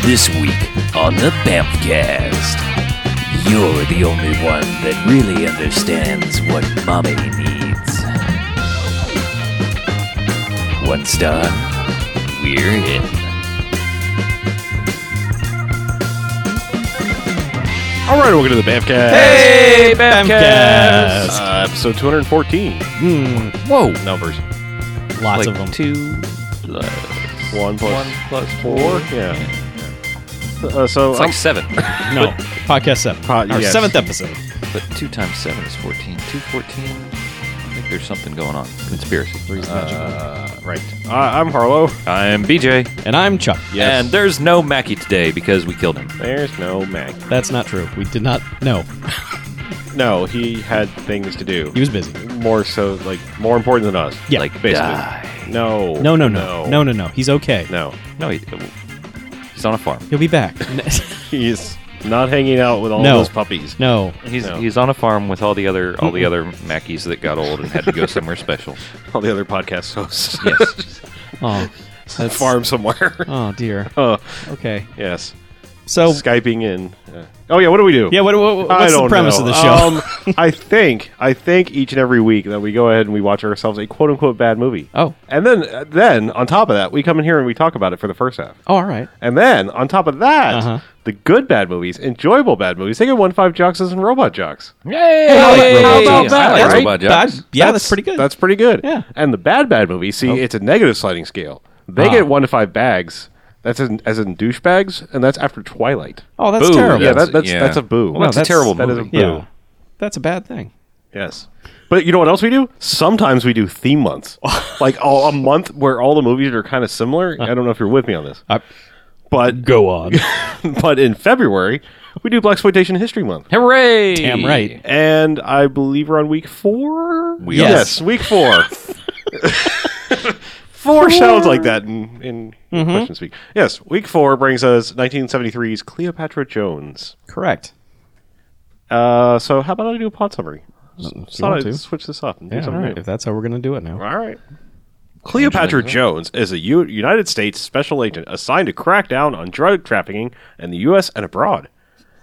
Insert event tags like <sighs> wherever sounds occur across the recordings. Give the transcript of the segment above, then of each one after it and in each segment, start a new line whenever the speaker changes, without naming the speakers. This week on the Bamfcast, you're the only one that really understands what mommy needs. Once done, we're in.
All right, welcome to the Bamcast.
Hey,
Bamcast.
Bamcast.
Uh, episode 214.
Whoa!
Numbers.
Lots
like
of them.
Two. uh, plus
One plus
one plus
four.
four.
Yeah. Uh, so,
It's
I'm-
like seven,
No, podcast seven.
Pod-
Our
yes.
seventh episode.
<laughs> but two times seven is fourteen. Two fourteen. I think there's something going on. Conspiracy.
uh, right. I, I'm Harlow.
I'm BJ,
And I'm Chuck.
and there's no Mackie today because we killed him.
There's no Mac.
That's not true. We did not. No,
No, he had things to do.
he was busy.
more so, like, more important than us.
Yeah.
like
Basically.
die.
No.
No, no, no, no, no, no. He's okay.
No.
No, he, uh, he's on a farm.
He'll be back.
He's not hanging out with all
No.
those puppies.
no,
He's
<laughs> No.
he's on a farm with all the other all the other Mackies that got old and had to go somewhere special.
All the other podcast
<laughs>
hosts.
Yes.
oh,
<laughs>
that's-
Farm
<laughs>
somewhere. <laughs>
Oh dear.
Oh,
Okay.
yes.
So
Skyping in. Uh, oh, yeah, what do we do?
Oh. yeah, what, what-
I
what's the
don't
premise
know.
of the show?
Um, <laughs> I think I think each and every week that we go ahead and we watch ourselves a quote unquote bad movie.
oh,
And then uh, then on top of that, we come in here and we talk about it for the first half.
oh, <laughs> all right.
And then on top of that,
Uh-huh.
the good bad movies, enjoyable bad movies. They get one five jocks and robot jocks.
Yay!
How about that,
I like
right?
robot jocks.
That- yeah, that's, pretty good.
That's pretty good.
Yeah.
And the bad bad movies, see, it's a negative sliding scale. They
Ah.
get one to five bags. That's in, as in douchebags, and that's after Twilight.
oh, that's
Boo.
terrible.
Yeah,
that's-
that, that's
yeah.
that's a boo.
Well, that's a terrible
that is
movie.
a boo.
Yeah. that's a bad thing.
Yes. But you know what else we do? Sometimes we do theme
<laughs>
months. like all, a month where all the movies are kind of similar. I don't know if you're with me on this. <laughs>
I-
But <laughs>
Go on.
but in February, we do Black Exploitation History Month.
Hooray!
Damn right.
And I believe we're on week 4.
We
Yes.
yes. week
<laughs>
<laughs> 4. 4 sounds like that in in
Mm-hmm.
question speak. Yes, week 4 brings us 1973's Cleopatra Jones.
Correct.
Uh, so how about I do a pod summary?
If you
Thought
want
I'd
to.
switch this up and do
Yeah, all
something
right.
new.
If that's how we're gonna do it now.
All right. Cleopatra Jones is a U- United States special agent assigned to crack down on drug trafficking in the U.S. and abroad.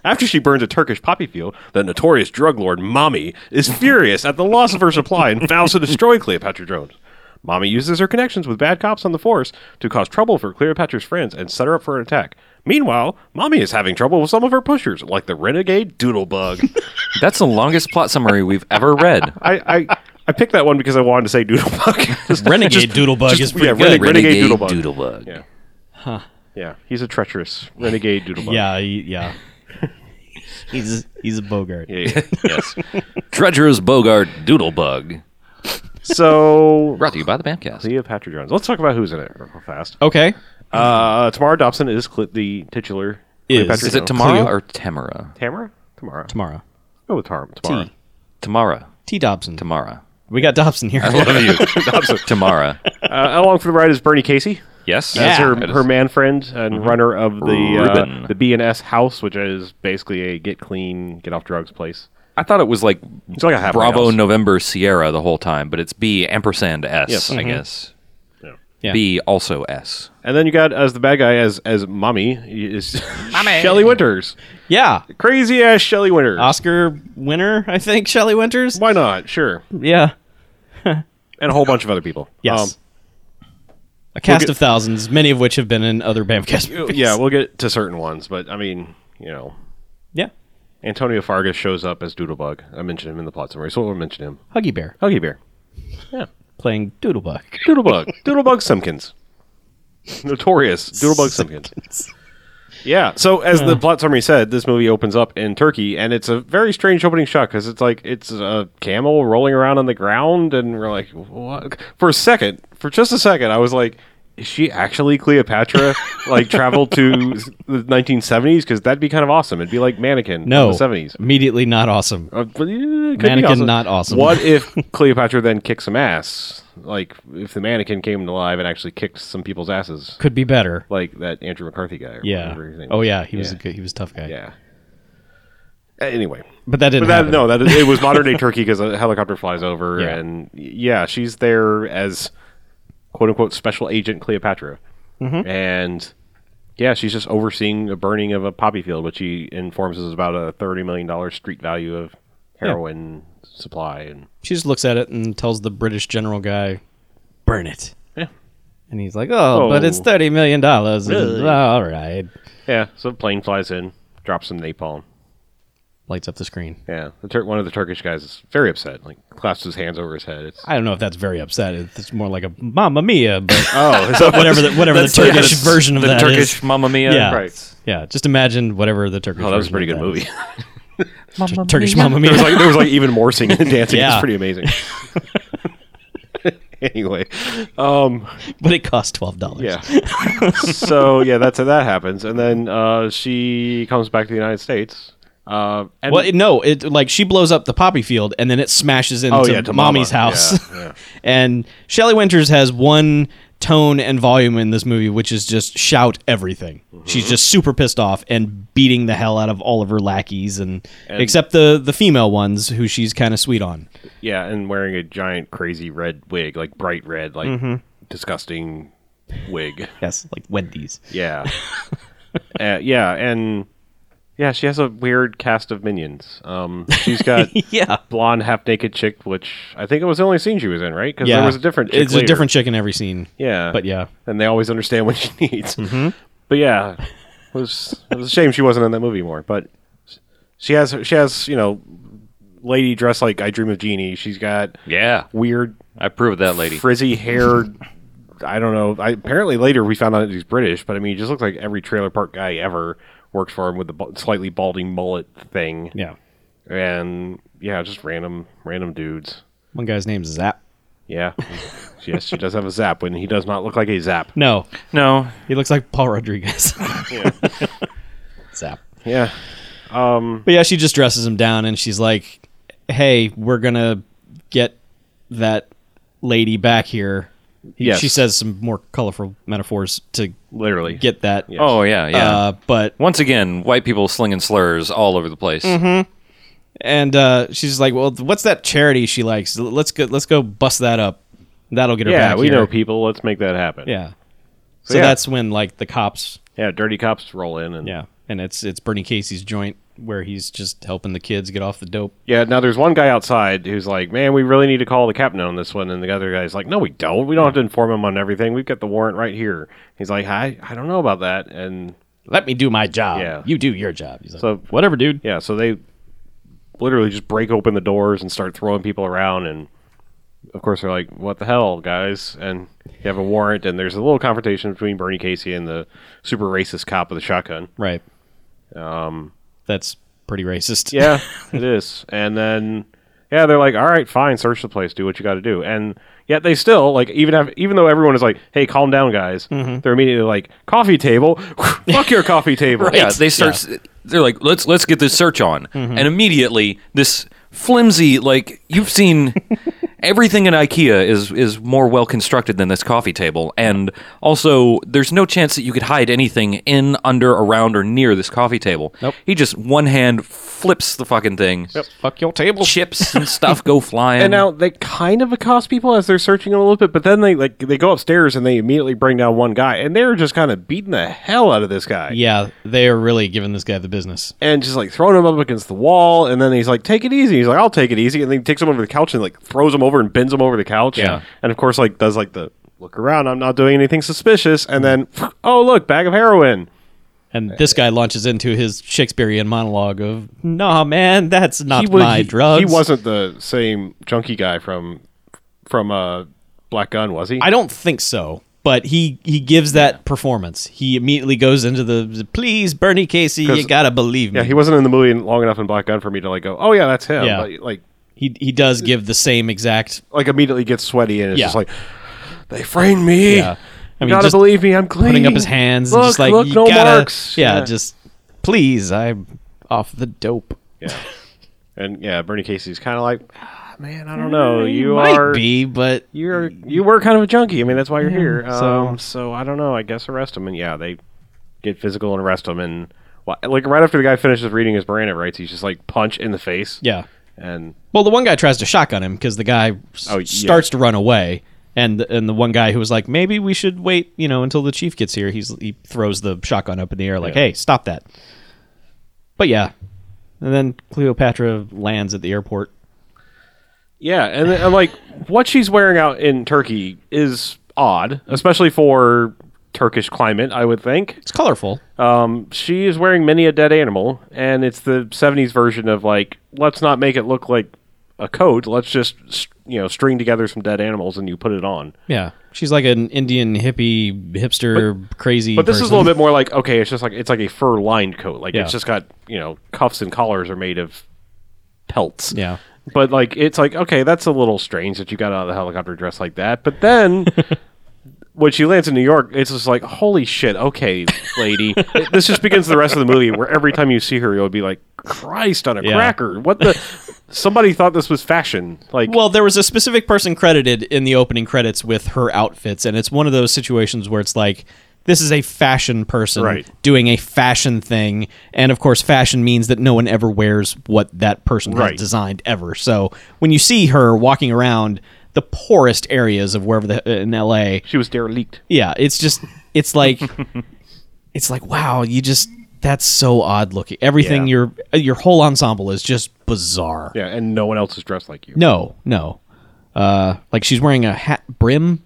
After she burns a Turkish poppy field, the notorious drug lord Mommy is furious at the loss of her supply and vows to destroy Cleopatra Jones. Mommy uses her connections with bad cops on the force to cause trouble for Cleopatra's friends and set her up for an attack. Meanwhile, Mommy is having trouble with some of her pushers, like the renegade Doodlebug. <laughs>
That's the longest plot summary we've ever read.
I, I I picked that one because I wanted to say Doodlebug. <laughs> Just-
Renegade Doodlebug is pretty
yeah,
good.
Rene- Renegade, Doodlebug.
Doodlebug.
Yeah. Yeah, he's a treacherous renegade Doodlebug.
Yeah, he,
<laughs>
yeah. he's he's a bogart.
Yeah, yeah.
<laughs>
<laughs>
Yes. Treacherous Bogart Doodlebug. <laughs>
so
Brought to you by the Bamcast.
Cleopatra Jones. Let's talk about who's in it real fast.
Okay.
Oh.
Uh, Tamara Dobson is Cle- the titular.
Is.
Cleopatra
Is it
Jones.
tomorrow
Cleo.
or Tamara?
Tamara? Tamara.
Tomorrow.
Go with Tar- Tamara.
T.
Tamara.
T. Dobson.
Tamara.
we got
<laughs>
Dobson here.
Love you. <laughs> Tamara.
Uh, along for the ride is Bernie Casey.
Yes.
Yeah.
That's her,
That is- Mm-hmm.
her man friend and runner of the
Ruben.
uh, the B and S house, which is basically a get clean, get off drugs place.
I thought it was like
It's like a halfway
Bravo
house.
November Sierra the whole time, but it's B ampersand S, I
Yes.
guess.
Mm-hmm. Yeah.
B also S.
And then you got as the bad guy as as mommy is <laughs> Shelly Winters,
yeah.
crazy ass Shelly Winters.
Oscar winner, I think, Shelley Winters.
Why not? Sure,
Yeah.
and a whole bunch of other people.
Yes.
Um,
a cast
get-
of thousands, many of which have been in other Bamcast movies.
yeah, we'll get to certain ones, but I mean, you know,
<laughs> Yeah.
Antonio Fargas shows up as Doodlebug. I mentioned him in the plot summary, so we'll mention him.
Huggy Bear
Huggy Bear,
playing Doodlebug.
Doodlebug, Doodlebug Simpkins, notorious Doodlebug Simpkins. Yeah. So as the plot summary said, this movie opens up in Turkey, and it's a very strange opening shot because it's like it's a camel rolling around on the ground, and we're like, what? for a second, for just a second, I was like. Is she actually Cleopatra? like traveled to the 1970s? Because that'd be kind of awesome. It'd be like Mannequin
No.
in the 70s.
Immediately not awesome.
Uh, but, yeah, it could be
Mannequin not awesome. <laughs>
What if Cleopatra then kicked some ass? Like if the mannequin came alive and actually kicked some people's asses,
Could be better.
like that Andrew McCarthy guy. Or
Yeah.
whatever his name
Oh
was.
yeah, he was a good, he was a tough guy.
yeah. Uh, Anyway,
But that
but
didn't
that
happen.
no, that it was
<laughs>
modern day Turkey because a helicopter flies over,
Yeah.
and yeah, she's
Mm-hmm.
there as quote unquote special agent Cleopatra, and Yeah, she's just overseeing the burning of a poppy field, which she informs us is about a thirty million dollar street value of heroin supply. And
She just looks at it and tells the British general guy, burn it.
Yeah.
And he's like, oh, but it's
Oh.
$30 million. and-
Really?
all right.
yeah, so the plane flies in, drops some napalm.
Lights up the screen.
Yeah, the Tur- one of the Turkish guys is very upset. Like clasps his hands over his head. It's
I don't know if that's very upset. It's more like a Mamma Mia, but
oh,
<laughs> whatever the, whatever the
That's- yeah,
Turkish
that's
version of
the
that is.
Turkish Mamma Mia.
Yeah.
right.
Yeah, just imagine whatever the Turkish.
Oh, that was a
version
pretty
of
good
that
movie.
is. Tur- Turkish Mamma
there
<laughs>
was
Mia.
like there was like even more singing and dancing. It's
Yeah.
pretty
<laughs>
amazing. anyway, um,
but it cost twelve dollars.
yeah. so yeah, that's how that happens, and then uh, she comes back to the United States. Uh, and
Well, it, no, it like she blows up the poppy field and then it smashes into
Oh, yeah, to
mommy's
Mama.
house.
Yeah, yeah.
<laughs> and Shelley Winters has one tone and volume in this movie, which is just shout everything.
Mm-hmm.
She's just super pissed off and beating the hell out of all of her lackeys and, except the the female ones who she's kind of sweet on.
yeah, and wearing a giant crazy red wig, like bright red, like
Mm-hmm.
disgusting wig.
Yes, like Wendy's.
Yeah. uh, yeah, and yeah, she has a weird cast of minions. Um, she's got
<laughs> Yeah.
blonde, half naked chick, which I think it was the only scene she was in, right? Because there was a different. Chick
It's
later.
a different chick in every scene.
Yeah,
But yeah. Mm-hmm.
and they always understand what she <laughs> needs. But yeah, it was it was a shame she wasn't in that movie more. But she has she has you know, lady dressed like I Dream of Jeannie. She's got
Yeah.
weird
I approve of that lady.
frizzy hair. I don't know. I, apparently later we found out he's British, but I mean, he just looks like every trailer park guy ever works for him with the bu- slightly balding mullet thing.
Yeah.
and yeah, just random random dudes.
One guy's name's Zap.
Yeah, yes, she does have a zap, and he does not look like a zap.
No,
No.
he looks like
<laughs>
Paul Rodriguez. <laughs> Zap.
Yeah,
But yeah, she just dresses him down and she's like, "Hey, we're gonna get that lady back here." He-
Yes.
She says some more colorful metaphors to
literally.
get that.
Oh yeah, yeah.
Uh, but
Once again, white people slinging slurs all over the place.
and uh, she's like, "Well, what's that charity she likes? L- Let's go. Let's go bust that up. That'll get her
yeah,
back
we
here."
know people. Let's make that happen.
Yeah. So,
yeah.
that's when like the cops.
yeah. Dirty cops roll in, and
Yeah, and it's it's Bernie Casey's joint where he's just helping the kids get off the dope.
Yeah, Now there's one guy outside who's like, "Man, we really need to call the captain on this one," and the other guy's like, "No, we don't. We don't have to inform him on everything. We've got the warrant right here." He's like, "I, I don't know about that," and
Let me do my job.
Yeah.
You do your job. He's like,
So-
whatever, dude.
yeah, so they literally just break open the doors and start throwing people around, and of course they're like, "What the hell, guys?" And you have a warrant, and there's a little confrontation between Bernie Casey and the super racist cop with a shotgun.
Right. Um, that's pretty racist.
um, Yeah, it is. And then yeah, they're like, "All right, fine, search the place, do what you got to do." And yet they still like even have even though everyone is like, "Hey, calm down, guys."
Mm-hmm.
They're immediately like, "Coffee table. <laughs> Fuck your coffee
<laughs>
table."
Yeah, they start. They're like, let's let's get this search on, and immediately this flimsy like you've seen everything in IKEA is is more well constructed than this coffee table, and also there's no chance that you could hide anything in, under, around, or near this coffee table. Nope. He just one hand flips the fucking thing.
Fuck your table.
Chips and stuff go flying.
And now they kind of accost people as they're searching a little bit, but then they like they go upstairs and they immediately bring down one guy, and they're just kind of beating the hell out of this guy,
<laughs> Yeah, they are really giving this guy the business.
and just like throwing him up against the wall, and then he's like, "Take it easy." He's like, "I'll take it easy," and then he takes him over the couch and like throws him over and bends him over the couch,
Yeah.
and of course like does like the look around, I'm not doing anything suspicious, and then <laughs> oh look, bag of heroin.
And this guy launches into his Shakespearean monologue of, "Nah, man, that's not
was-
my drugs."
He wasn't the same junkie guy from from uh, Black Gun, was he?
I don't think so. But he he gives that performance. He immediately goes into the please, Bernie Casey, you
'Cause-
gotta believe me.
Yeah, he wasn't in the movie long enough in Black Gun for me to like go, oh yeah, that's him.
Yeah.
But, like
he he does give the same exact.
like immediately gets sweaty and it's
Yeah.
just like they framed me.
Yeah. uh, I
You
mean,
gotta
just
believe me, I'm clean.
putting up his hands and
Look,
just like
look,
you
no
gotta,
marks.
Yeah, just please, I'm off the dope.
and yeah, Bernie Casey's kind of like, "Ah, man, I don't know. You
Might
are
be, but
you're you were kind of a junkie. I mean, that's why you're here. Um, so. I don't know. I guess arrest him and yeah, they get physical and arrest him and wha- like right after the guy finishes reading his Miranda rights, he's just like punch in the face.
yeah.
and
Well, the one guy tries to shotgun him because the guy s-
Oh, yeah.
starts to run away, And the, and the one guy who was like, maybe we should wait, you know, until the chief gets here. He's he throws the shotgun up in the air, like, hey, stop that. But yeah, and then Cleopatra lands at the airport.
Yeah, and, then- and like what she's wearing out in Turkey is odd, especially for Turkish climate, I would think.
It's colorful.
Um, she is wearing many a dead animal, and it's the '70s version of like, let's not make it look like a coat. Let's just s- you know string together some dead animals and you put it on.
Yeah, she's like an Indian hippie hipster crazy.
But this is a
person.
little bit more like okay, it's just like it's like a fur lined coat. Like
Yeah.
it's just got you know cuffs and collars are made of pelts.
Yeah.
But like it's like okay, that's a little strange that you got out of the helicopter dressed like that. But
<laughs>
then when she lands in New York, it's just like holy shit. Okay,
<laughs>
lady, this just begins the rest of the movie where every time you see her, you'll be like Christ on a
Yeah.
cracker. What the. Somebody thought this was fashion. Like,
Well, there was a specific person credited in the opening credits with her outfits, and it's one of those situations where it's like, this is a fashion person
Right.
doing a fashion thing, and of course, fashion means that no one ever wears what that person
Right.
has designed ever. So when you see her walking around the poorest areas of wherever the, in LA,
she was derelict.
yeah, it's just it's like <laughs> it's like wow, you just that's so odd looking. Everything
Yeah.
your your whole ensemble is just bizarre.
Yeah, and no one else is dressed like you.
No, no. Uh, like she's wearing a hat brim.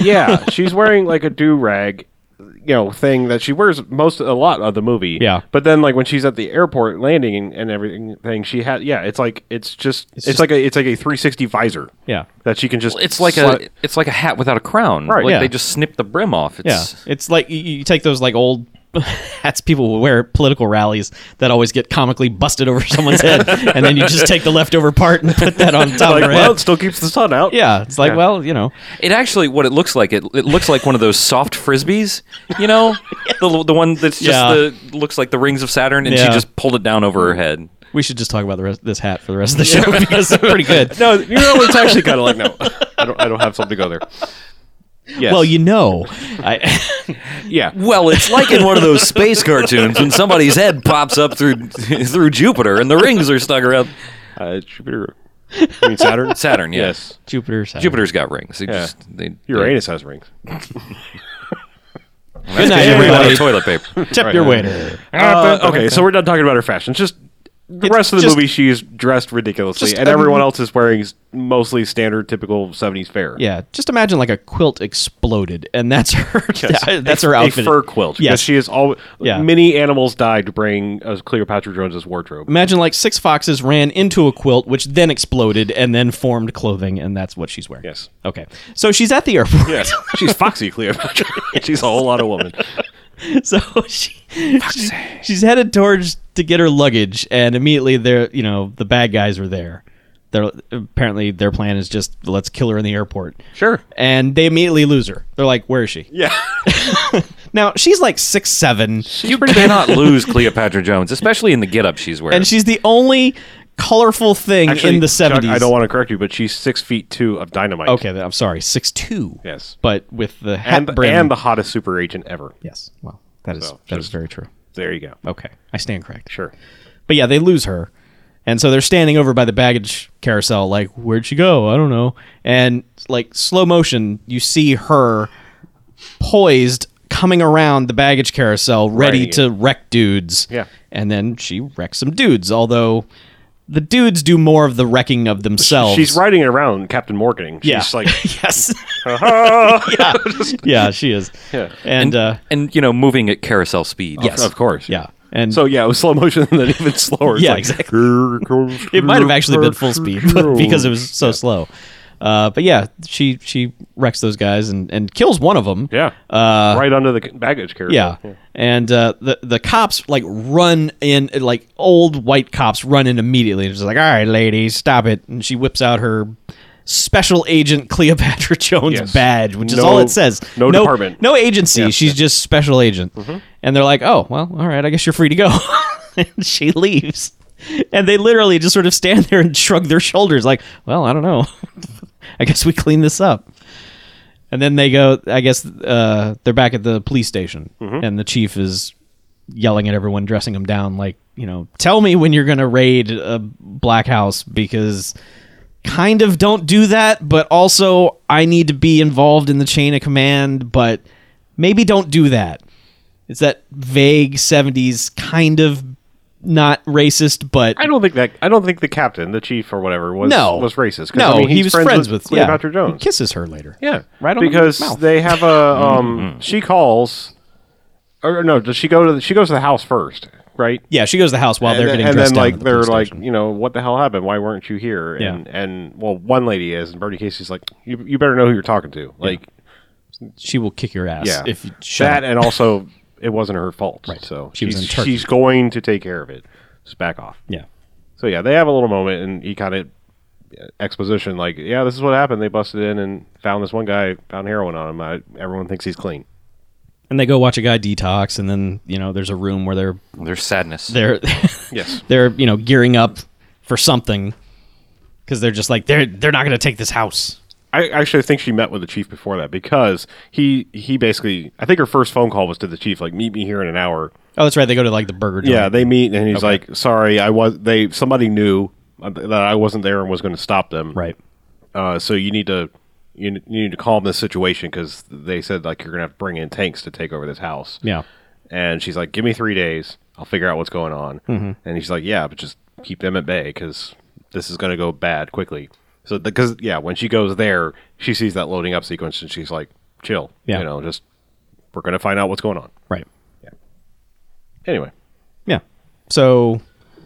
yeah, she's wearing like a do rag, you know, thing that she wears most a lot of the movie.
Yeah.
but then like when she's at the airport landing and, and everything, thing she had. Yeah, it's like it's just it's,
just-
like a it's like a three sixty visor.
Yeah.
that she can just.
It's like
sli-
a it's like a hat without a crown.
Right.
Like
Yeah.
they just snip the brim off.
Yeah,
It's
it's like you, you take those like old <laughs> hats people will wear at political rallies that always get comically busted over <laughs> someone's head, and then you just take the leftover part and put that on top
like
of her
well, it
head.
still keeps the sun out.
Yeah, it's like well, you know,
It actually, what it looks like, it, it looks like one of those soft frisbees, you <laughs> know, the the one that's just
Yeah.
the looks like the rings of Saturn, and she
Yeah.
just pulled it down over her head.
we should just talk about the rest, this hat for the rest of the show <laughs> because it's pretty good.
No, you know it's actually kind of like no. I don't. I don't have something to go there. Yes.
Well, you know, I, <laughs>
yeah.
Well, it's like in one of those <laughs> space cartoons when somebody's head pops up through <laughs> through Jupiter, and the rings are stuck around
Uh, Jupiter. I mean Saturn.
Saturn. Yeah.
Yes.
Jupiter. Saturn.
Jupiter's got rings. They just, they,
Uranus has rings.
Good night,
they ran out
everybody.
of toilet paper.
Tip your waiter.
Uh, okay, so we're done talking about her fashion. It's Just the rest of the
just-
movie, she's dressed ridiculously,
Just
and
a-
everyone else is wearing s- mostly standard, typical '70s fare.
Yeah, just imagine like a quilt exploded, and that's her. <laughs> that's her
a
outfit.
fur quilt. Because
Yes.
she is all.
Yeah.
Many animals died to bring uh, Cleopatra Jones's wardrobe.
Imagine like six foxes ran into a quilt, which then exploded and then formed clothing, and that's what she's wearing.
Yes.
Okay. So she's at the airport.
Yes, she's foxy Cleopatra. <laughs> she's a whole lot of woman.
<laughs> So she, she- she's headed towards to get her luggage, and immediately they're you know the bad guys are there. They're apparently their plan is just let's kill her in the airport.
Sure.
And they immediately lose her. They're like, where is she?
<laughs> Yeah,
Now she's like six seven.
You cannot lose Cleopatra Jones, especially in the getup she's wearing.
and she's the only colorful thing
Actually,
in the
Chuck,
seventies.
I don't want to correct you, but she's six feet two of dynamite.
Okay, then, I'm sorry, six two.
Yes.
but with the hat
and
brim.
and the hottest super agent ever.
yes, well, that is
So,
that is
just-
very true.
There you go.
Okay, I stand corrected.
Sure.
But yeah, they lose her, and so they're standing over by the baggage carousel, like, "Where'd she go? I don't know." And like slow motion, you see her poised coming around the baggage carousel, ready
Riding it.
to wreck dudes.
Yeah.
and then she wrecks some dudes, although. The dudes do more of the wrecking of themselves.
She's riding around Captain Morganing. She's like,
<laughs>
Uh-huh.
yes.
<laughs>
<laughs> yeah. yeah, she is.
Yeah.
And, uh,
and you know, moving at carousel speed.
Yes.
of course.
yeah. And
So yeah, it was slow motion <laughs> and then even slower. It's
Yeah,
like,
exactly.
"Here comes
<laughs> it might have actually been full speed but <laughs> because it was so slow. Uh, but yeah, she she wrecks those guys and, and kills one of them.
yeah, uh, right under the c- baggage carrier.
Yeah. And uh, the the cops like run in like old white cops run in immediately and just like, "All right, ladies, stop it." And she whips out her special agent <laughs> Cleopatra Jones
Yes.
badge, which is
No-
all it says.
no department. Mm-hmm.
No agency. She's just special agent. And they're like, "Oh, well, all right, I guess you're free to go." <laughs> and she leaves. And they literally just sort of stand there and shrug their shoulders like, "Well, I don't know. <laughs> I guess we clean this up." And then they go. I guess uh, they're back at the police station,
Mm-hmm.
and the chief is yelling at everyone, dressing them down, like you know, tell me when you're going to raid a black house because kind of don't do that, but also I need to be involved in the chain of command, but maybe don't do that. It's that vague 70s kind of not racist, but
I don't think that I don't think the captain, the chief or whatever, was
no.
was racist. 'Cause,
No,
I mean,
he
he's
was friends, with,
Cleopatra
yeah. He
Jones.
kisses her later.
yeah,
Right on the
because
mouth. Mm-hmm.
they have a
<laughs>
um. She calls, or no? Does she go to? The, she goes to the house first, right?
Yeah, she goes to the house while they're
and,
getting
then- and
dressed
then
down
like
at the
they're
police
like
station.
you know what the hell happened why weren't you here
Yeah.
and and well one lady is and bernie casey's like you, you better know who you're talking to like
she will kick your ass
yeah
if you shut
that
up.
and also it wasn't her fault right so
She was
she's,
in Turkey.
she's going to take care of it just back off
Yeah.
so yeah they have a little moment and he kind of exposition like yeah this is what happened they busted in and found this one guy found heroin on him I, everyone thinks he's clean
And they go watch a guy detox and then, you know, there's a room where they're
There's sadness.
they're <laughs>
yes
they're, you know, gearing up for something cuz they're just like they're they're not going to take this house.
I actually think she met with the chief before that because he he basically I think her first phone call was to the chief like meet me here in an hour.
Oh, that's right. They go to like the burger joint.
Yeah, they meet and he's like, "Sorry, I was they somebody knew uh, that I wasn't there and was going to stop them."
right.
Uh, so you need to you, n- you need to calm this situation because they said like you're going to have to bring in tanks to take over this house.
Yeah.
And she's like, "Give me three days. I'll figure out what's going on."
Mm-hmm.
And he's like, "Yeah, but just keep them at bay because this is going to go bad quickly." So because yeah, when she goes there, she sees that loading up sequence and she's like, "Chill,
Yeah.
you know, just we're going to find out what's going on."
Right.
Anyway,
Yeah. So,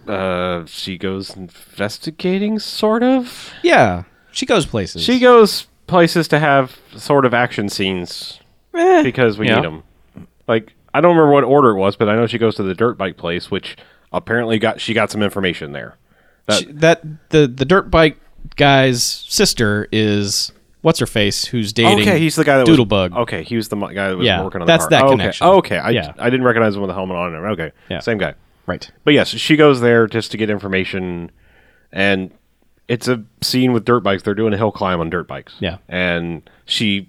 uh, she goes investigating, sort of.
yeah, she goes places.
She goes places to have sort of action scenes because we need 'em.
yeah.
need them. Like I don't remember what order it was, but I know she goes to the dirt bike place, which apparently got she got some information there. That,
She- that the the dirt bike guy's sister is what's her face who's dating
okay, he's the guy that
Doodlebug.
Was, okay, he was the mo- guy that was
Yeah,
working on
that's
the
that
car.
connection.
Okay, okay, I,
Yeah.
I didn't recognize him with the helmet on. and- Okay,
Yeah.
same guy.
Right.
But yes, she goes there just to get information, and it's a scene with dirt bikes. They're doing a hill climb on dirt bikes.
Yeah.
and she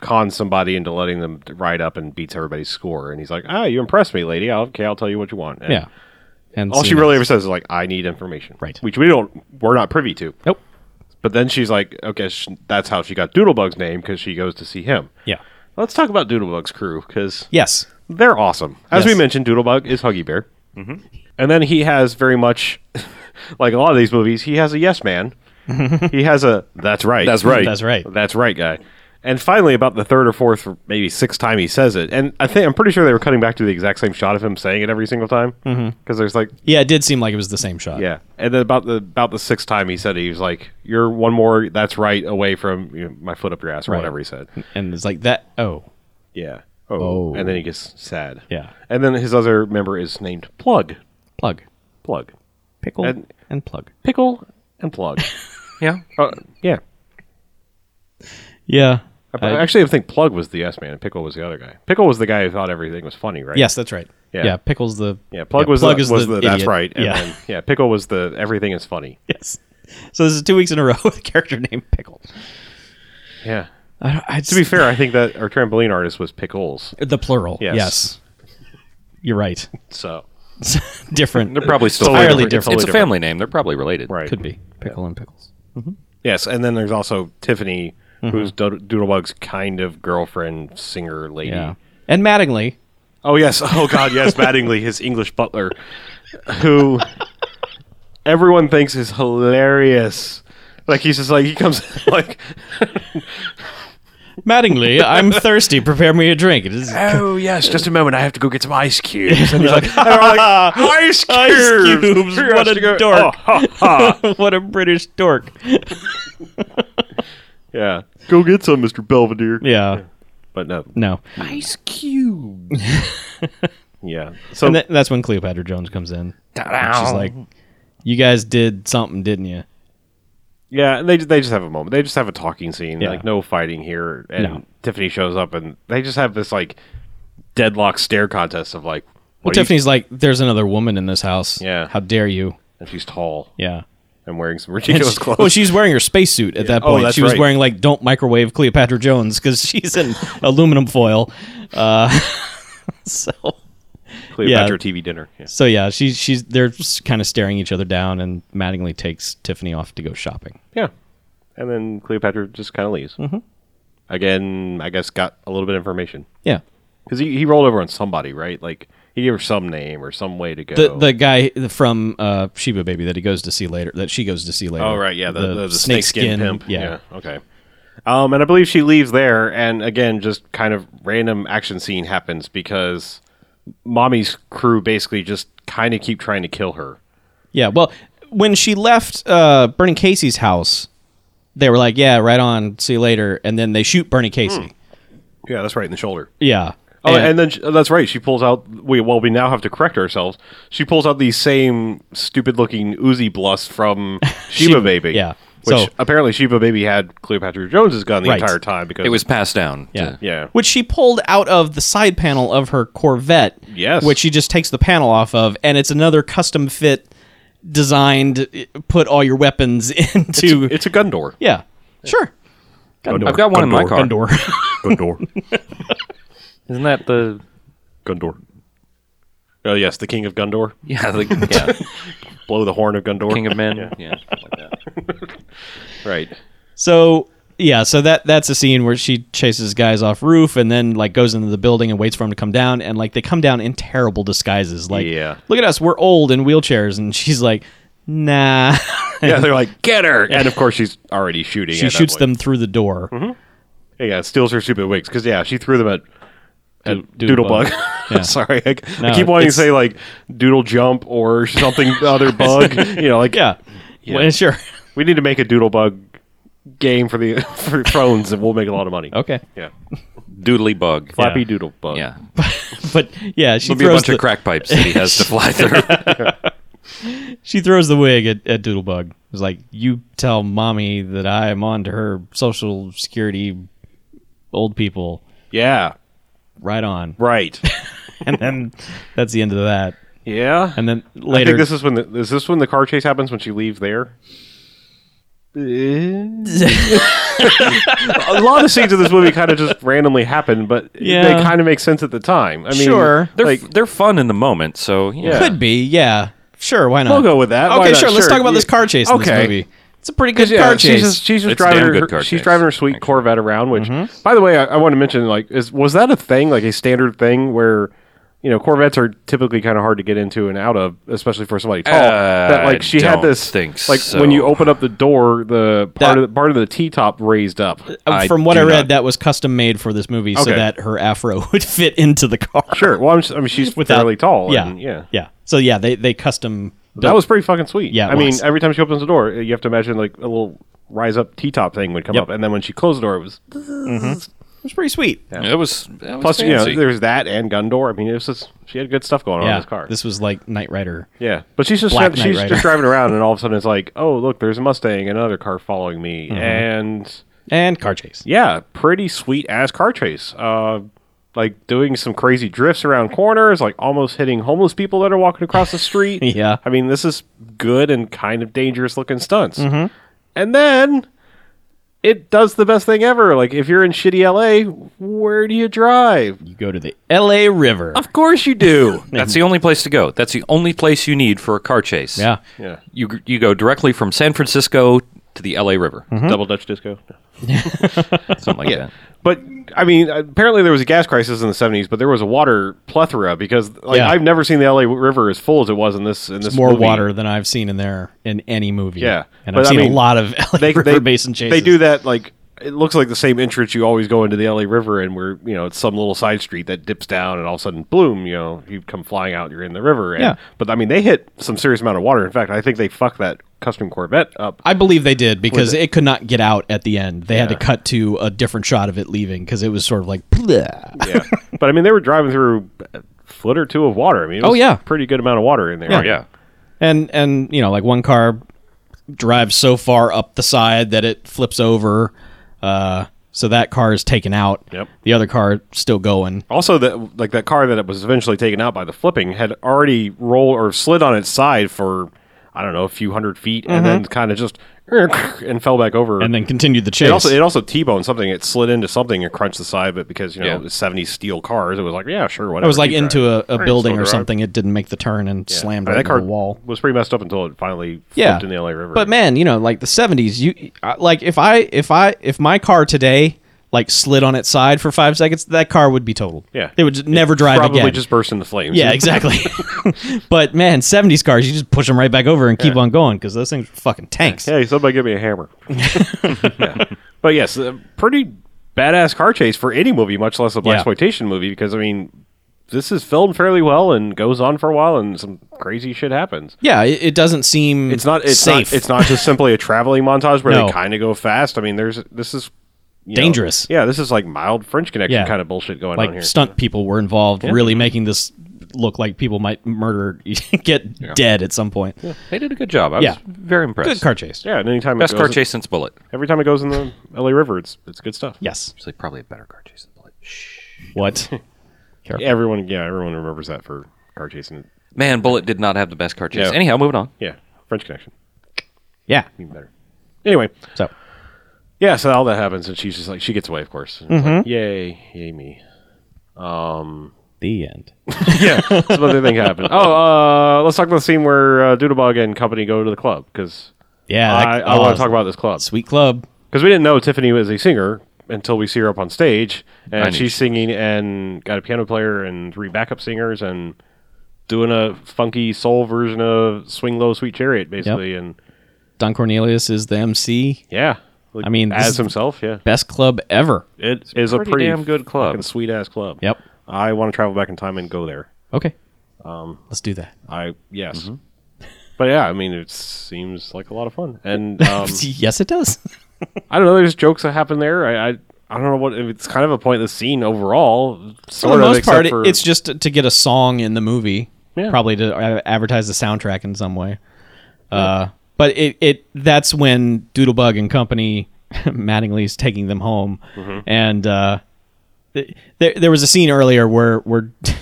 cons somebody into letting them ride up and beats everybody's score. And he's like, "Ah, you impressed me, lady. I'll, okay, I'll tell you what you want." And
Yeah. And
All Oh, she
Cena-
really ever says is like, "I need information,"
Right.
Which we don't, we're not privy to.
Nope.
But then she's like, "Okay, sh- that's how she got Doodlebug's name because she goes to see him."
Yeah.
Let's talk about Doodlebug's crew because
Yes.
they're awesome. As
Yes.
we
Mm-hmm.
mentioned, Doodlebug is Huggy Bear. And then he has very much, <laughs> like a lot of these movies, he has a yes
<laughs>
man. he has a that's right.
That's right.
That's right.
That's right guy. And finally, about the third or fourth, or maybe sixth time he says it. And I think I'm pretty sure they were cutting back to the exact same shot of him saying it every single time. Because
Mm-hmm.
there's like,
Yeah, it did seem like it was the same shot.
yeah. And then about the about the sixth time he said it, he was like, "You're one more that's right away from you know, my foot up your ass" or whatever he said.
And it's like that oh.
Yeah. Oh.
Oh.
And then he gets sad.
Yeah.
And then his other member is named Plug.
Plug.
Plug.
Pickle and,
And-
plug.
Pickle and Plug.
<laughs>
yeah.
uh, yeah.
Yeah.
I,
I-
actually, I think Plug was the yes man and Pickle was the other guy. Pickle was the guy who thought everything was funny, right?
Yes, that's right.
Yeah.
Yeah. Pickle's the
Yeah. Plug was, the, was the, that's
idiot.
right. And
yeah.
Then, yeah. Pickle was the everything is funny.
<laughs> yes. So this is two weeks in a row <laughs> with a character named Pickle.
Yeah.
I, don't- I
To be fair, I think that our trampoline artist was Pickles.
<laughs> the plural.
Yes.
Yes. You're right. <laughs>
So
Different.
They're probably still
Totally
Entirely
different.
different.
It's
Totally
a family name. They're probably related.
right.
Could be pickle and pickles.
Yes. And then there's also Tiffany,
Mm-hmm.
who's Do- Doodlebug's kind of girlfriend, singer, lady.
Yeah. And Mattingly,
Oh yes. <laughs> Oh god, yes, Mattingly, his English butler, who everyone thinks is hilarious. Like he's just like he comes <laughs> like
Mattingly,
<laughs>
I'm thirsty. Prepare me a drink. It is
Oh yes, just a moment, I have to go get some ice cubes. And he's like, <laughs> and
<laughs>
we're like Ice cubes.
cubes,
Here has
what a
to go-
dork.
Oh, ha, ha. <laughs>
<laughs> what a British dork.
Yeah. Go get some, Mr. Belvedere.
Yeah.
But no.
No.
Ice cubes. yeah. So
And tha- that's when Cleopatra Jones comes in. She's like, "You guys did something, didn't you?"
Yeah, and they they just have a moment. They just have a talking scene.
Yeah.
Like no fighting here, and
No.
Tiffany shows up, and they just have this like deadlock stare contest of like,
Well,
what are you-
Tiffany's like, "There's another woman in this house.
Yeah.
How dare you?"
and she's tall
Yeah.
and wearing <laughs> some
And
ridiculous
she-
clothes.
well, she's wearing her spacesuit at that
Oh,
point.
that's
she was
right.
wearing like "Don't microwave Cleopatra <laughs> Jones" because she's in aluminum foil. Uh, so
<laughs> Cleopatra TV dinner. Yeah.
So yeah, she's she's they're kind of staring each other down, and Mattingly takes Tiffany off to go shopping.
Yeah. And then Cleopatra just kind of leaves. Mm-hmm. Again, I guess got a little bit of information.
Yeah,
Because he, he rolled over on somebody, right? Like, he gave her some name or some way to go.
the the guy from uh, Sheba Baby that he goes to see later, that she goes to see later.
oh, right. Yeah. The, the, the snake skin pimp. Okay. Um, and I believe she leaves there. And again, just kind of random action scene happens because mommy's crew basically just kind of keep trying to kill her.
Yeah, well, when she left uh, Bernie Casey's house, they were like, "Yeah, right on, see you later," and then they shoot Bernie Casey.
Yeah, that's right in the shoulder.
Yeah.
Hmm. Oh, and, then she, that's right. She pulls out. We well, we now have to correct ourselves. She pulls out these same stupid-looking Uzi bluffs
<laughs>
from Sheba Baby.
yeah.
Which
So-
apparently Sheba Baby had Cleopatra Jones's gun the
Right.
entire time because
It was passed down.
yeah.
to-
yeah.
Which she pulled out of the side panel of her Corvette.
Yes.
Which she just takes the panel off of, and it's another custom fit designed, i- put all your weapons <laughs> into.
it's a gun door.
yeah. Sure.
I've got one in my car.
Gun door. <laughs>
Isn't that the?
Gundor. Oh yes, the king of Gundor.
<laughs> Yeah, <laughs> the yeah,
Blow the horn of Gundor.
King of Men. Yeah. something like that.
right.
So yeah, so that that's a scene where she chases guys off roof and then like goes into the building and waits for him to come down and like they come down in terrible disguises. Like
Yeah.
look at us, we're old in wheelchairs and she's like, nah.
<laughs> Yeah, they're like get her, and of course she's already shooting.
she
at that
shoots
point.
them through the door.
Yeah, steals her stupid wigs because yeah, she threw them at, at
Doodle-
Doodlebug.
<laughs>
<laughs>
Yeah.
Sorry, I, I
No,
keep wanting to
it's-
say like Doodle Jump
<laughs>
or something other bug. You know, like
Yeah. Well, <laughs> sure.
we need to make a Doodlebug game for the <laughs> for phones, and we'll make a lot of money.
Okay.
Yeah,
Doodly bug.
Flappy Doodlebug.
Yeah.
But yeah, she
There'll be a
throws
bunch
the,
of crack pipes that he has to
<laughs>
fly through.
she throws the wig at, at Doodlebug. It's like, you tell mommy that I am on to her social security old people.
yeah,
Right on. <laughs>
right.
And then that's the end of that.
Yeah,
And then
I
later
think this is when the, is this when the car chase happens when she leaves
<laughs>
there. <laughs> a lot of scenes of this movie kind of just randomly happen, but
Yeah.
they kind of make sense at the time. I mean,
Sure.
They're
like
they're fun in the moment, so yeah.
Yeah.
Could be, yeah. Sure, why not?
We'll go with that. Why
Okay,
not?
sure. Let's
Sure.
talk about this
Yeah.
car chase in
Okay.
this movie. It's a pretty good
Yeah,
car chase.
She's just, she's just
It's
driving
damn
her,
good car
she's
chase,
driving her sweet Corvette around. Which,
Mm-hmm.
by the way, I, I want to mention like is was that a thing like a standard thing where you know Corvettes are typically kind of hard to get into and out of, especially for somebody tall. that like she had
Uh, don't
this
think
like when you
so.
open up the door, the part
That-
of the part of the T top raised up.
Uh,
I
From what
do
I read,
not-
that was custom made for this movie so
Okay.
that her afro <laughs> would fit into the car.
Sure. Well, I'm, s- I mean she's
Without-
fairly tall.
<laughs> Yeah,
and, yeah.
yeah. So yeah, they they custom.
That was pretty fucking sweet.
Yeah, it
I mean,
was.
every time she opens the door, you have to imagine like a little rise up T top thing would come up, and then when she closed the door, it was
it was pretty sweet. Yeah,
It was, that was
Plus, you know,
fancy.
there's that and Gundor. I mean, it was just she had good stuff going on in this car.
this was like Knight Rider.
yeah, but she's just
Black Knight
she's
Rider.
just
<laughs>
driving around, and all of a sudden it's like, oh look, there's a Mustang, another car following me,
Mm-hmm.
and
and car chase.
yeah, pretty sweet ass car chase. Uh, like doing some crazy drifts around corners, like almost hitting homeless people that are walking across the street.
<laughs> Yeah.
I mean, this is good and kind of dangerous looking stunts.
Mm-hmm.
And then it does the best thing ever. Like if you're in shitty LA, where do you drive?
You go to the L.A. River.
Of course
<laughs>
you do.
That's the only place to go. That's the only place you need for a car chase.
Yeah,
yeah.
You you go directly from San Francisco to the LA River.
Double Dutch Disco.
Mm-hmm.
Something like that.
But I mean, uh, apparently there was a gas crisis in the '70s, but there was a water plethora because like
Yeah.
I've never seen the LA River as full as it was in this in this
more
movie.
water than I've seen in there in any movie.
Yeah.
and
But
I've
I
seen
mean,
a lot of <laughs> L.A. River Basin chases.
They do that like it looks like the same entrance you always go into the LA River, and where you know it's some little side street that dips down, and all of a sudden, boom, you know, you come flying out, you're in the river. And,
Yeah.
But I mean, they hit some serious amount of water. In fact, I think they fucked that custom Corvette up.
I believe they did because it could not get out at the end. They had to cut to a different shot of it leaving because it was sort of like, "Bleh." <laughs>
yeah. But I mean, they were driving through a foot or two of water. I mean, it
Oh,
was
yeah.
a pretty good amount of water in there.
Yeah. and and you know, like one car drives so far up the side that it flips over, uh, so that car is taken out.
Yep.
The other car still going.
Also, that like that car that was eventually taken out by the flipping had already rolled or slid on its side for I don't know a few hundred feet, and then kind of just <laughs> and fell back over.
Mm-hmm. and then continued the chase.
it also it also T-boned something. It slid into something and crunched the side, but because you know
Yeah.
the '70s steel cars, it was like yeah, sure, whatever.
I was like
keep
into
driving.
a, a
Alright,
building
still
or
drive.
something. It didn't make the turn and
Yeah.
slammed
I mean,
right
that car
into the wall.
was pretty messed up until it finally flipped
Yeah.
in the LA River.
But man, you know, like the seventies, you I- like if I if I if my car today like slid on its side for five seconds, that car would be totaled.
Yeah.
it would just never drive
probably
again.
just burst into flames.
<laughs> yeah,
<laughs>
exactly. <laughs> but man, seventies cars, you just push them right back over and keep on going because those things are fucking tanks.
Hey, somebody give me a
<laughs>
hammer. Yeah. But yes, a pretty badass car chase for any movie, much less a black exploitation movie, because I mean, this is filmed fairly well and goes on for a while, and some crazy shit happens.
Yeah, it, it doesn't seem
It's not it's
safe.
Not, it's not just simply a traveling montage where
No.
they kind of go fast. I mean, there's this is you know-
Dangerous.
yeah, this is like mild French Connection
Yeah.
kind of bullshit going on here.
like stunt people were involved, really making this look like people might murder, <laughs> get dead at some point.
They did a good job. I
Yeah.
was very impressed.
Good car chase.
yeah, and anytime
Best
it
car
goes,
chase since Bullet.
every time it goes in the LA River, it's it's good stuff.
Yes.
Actually, probably a better car chase than Bullet. Shh.
What? <laughs>
everyone yeah everyone remembers that for car chasing.
Man, Bullet did not have the best car chase.
Yeah.
Anyhow, moving on.
Yeah, French Connection
yeah.
even better. Anyway,
So
Yeah, so all that happens, and she's just like, she gets away, of course. And it's
Mm-hmm.
like, yay, yay me. <laughs>
the end.
Yeah, some other thing happened. Oh, uh, let's talk about the scene where uh, Doodlebug and company go to the club because
Yeah.
I,
that-
I
oh,
want to talk about this club
Sweet Club.
because we didn't know Tiffany was a singer until we see her up on stage,
I
and
knew
she's singing and got a piano player and three backup singers and doing a funky soul version of "Swing Low, Sweet Chariot," basically, and
Don Cornelius is the MC.
yeah, like,
I mean, this
as
is-
himself, yeah.
Best club ever.
It is a
pretty
pretty,
damn good club.
sweet ass club.
Yep.
I want to travel back in time and go there.
Okay.
Um,
Let's do that.
I yes.
Mm-hmm.
<laughs> But yeah, I mean, it seems like a lot of fun, and um,
yes, <laughs>
<laughs>
it does.
I don't know. There's jokes that happen there. I, I I don't know what it's kind of a pointless scene overall.
For the
Sort of,
most
except
part, it-
for-
it's just to, to get a song in the movie,
Yeah.
probably to uh, advertise the soundtrack in some way. Uh, but it, it that's when Doodlebug and company, <laughs> Mattingly's taking them home,
Mm-hmm.
and uh, th- there there was a scene earlier where where <laughs>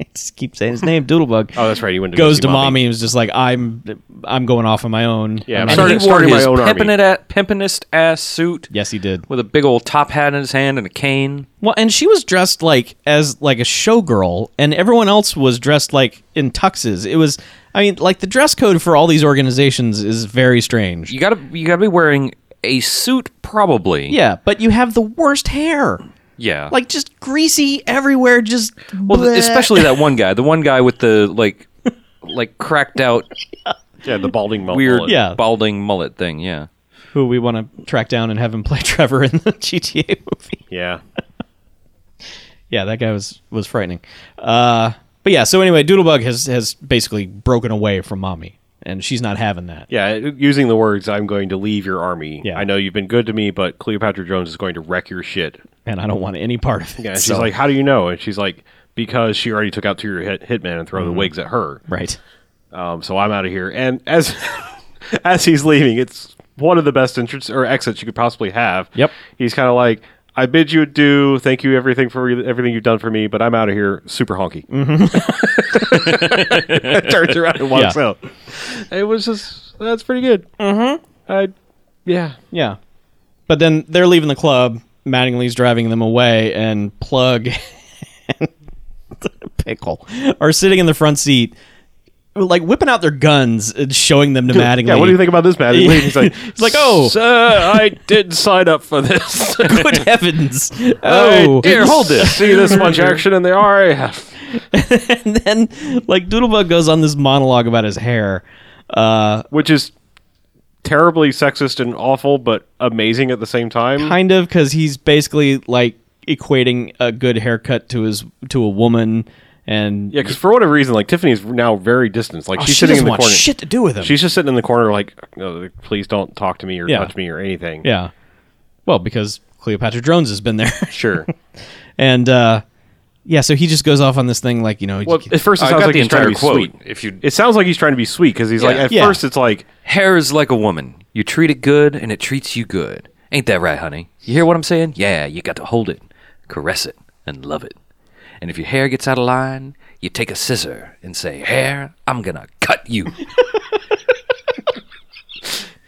I just keep saying his name Doodlebug.
oh, that's right. He went to go
goes
see
to mommy and was just like I'm I'm going off on my own.
Yeah, I'm
I'm not-
sorry.
and
Started-
he wore
started my
his
own army.
pimpin' it at, pimpinest ass suit
Yes, he did.
with a big old top hat in his hand and a cane.
Well, and she was dressed like as like a showgirl, and everyone else was dressed like in tuxes. It was, I mean, like the dress code for all these organizations is very strange.
You gotta you gotta be wearing a suit probably.
yeah, but you have the worst hair,
Yeah.
like just greasy everywhere. Just
well,
bleh.
especially that
<laughs>
one guy, the one guy with the like like cracked out
Yeah, the balding mul-
weird
mullet.
Yeah.
balding mullet thing, yeah.
who we want to track down and have him play <laughs> Trevor in the GTA movie.
yeah.
yeah, that guy was was frightening. Uh, but yeah, so anyway, Doodlebug has has basically broken away from mommy, and she's not having that.
Yeah, using the words, I'm going to leave your army.
Yeah.
I know you've been good to me, but Cleopatra Jones is going to wreck your shit.
and I don't want any part of it.
Yeah, and she's
so-
like, How do you know? And she's like, Because she already took out two of your hit- hitmen and throw
Mm-hmm.
the wigs at her.
right,
Um, so I'm out of here. And as <laughs> as he's leaving, it's one of the best entrance or exits you could possibly have.
Yep.
He's kind of like, I bid you adieu. Thank you everything for everything you've done for me, but I'm out of here. Super honky. <laughs> Turns around and walks
Mm-hmm. Yeah.
out. It was just that's pretty good. Mm-hmm. I yeah.
yeah. But then they're leaving the club. Mattingly's driving them away, and Plug <laughs> and Pickle are sitting in the front seat, like whipping out their guns and showing them to Mattingly.
Yeah, what do you think about this, Matt? He's
<laughs>
like,
It's like, oh.
sir, I did sign up for
<laughs>
this. <laughs>
Good heavens!
oh,
Oh,
dear, hold this. See this much action in the RAF.
<laughs> and then like Doodlebug goes on this monologue about his hair. Uh,
which is terribly sexist and awful, but amazing at the same time.
kind of because he's basically like equating a good haircut to his to a woman, and
Yeah, because for whatever reason, like Tiffany's now very distant. Like
Oh,
she's
she
sitting
doesn't
in the
want
corner.
shit to do with him.
She's just sitting in the corner, like, "No, please don't talk to me or
Yeah.
touch me or anything.
Yeah. Well, because Cleopatra Jones has been there. <laughs>
sure.
and uh yeah, so he just goes off on this thing like, you know,
Well, at first it
I
sounds
got
like
the
he's trying
entire
to be
quote.
sweet.
If you
It sounds like he's trying to be sweet because he's like, at
Yeah.
first it's like,
hair is like a woman, you treat it good and it treats you good. Ain't that right, honey? You hear what I'm saying? Yeah, you got to hold it, caress it, and love it. And if your hair gets out of line, you take a scissor and
<laughs>
say, "Hair, I'm gonna cut you."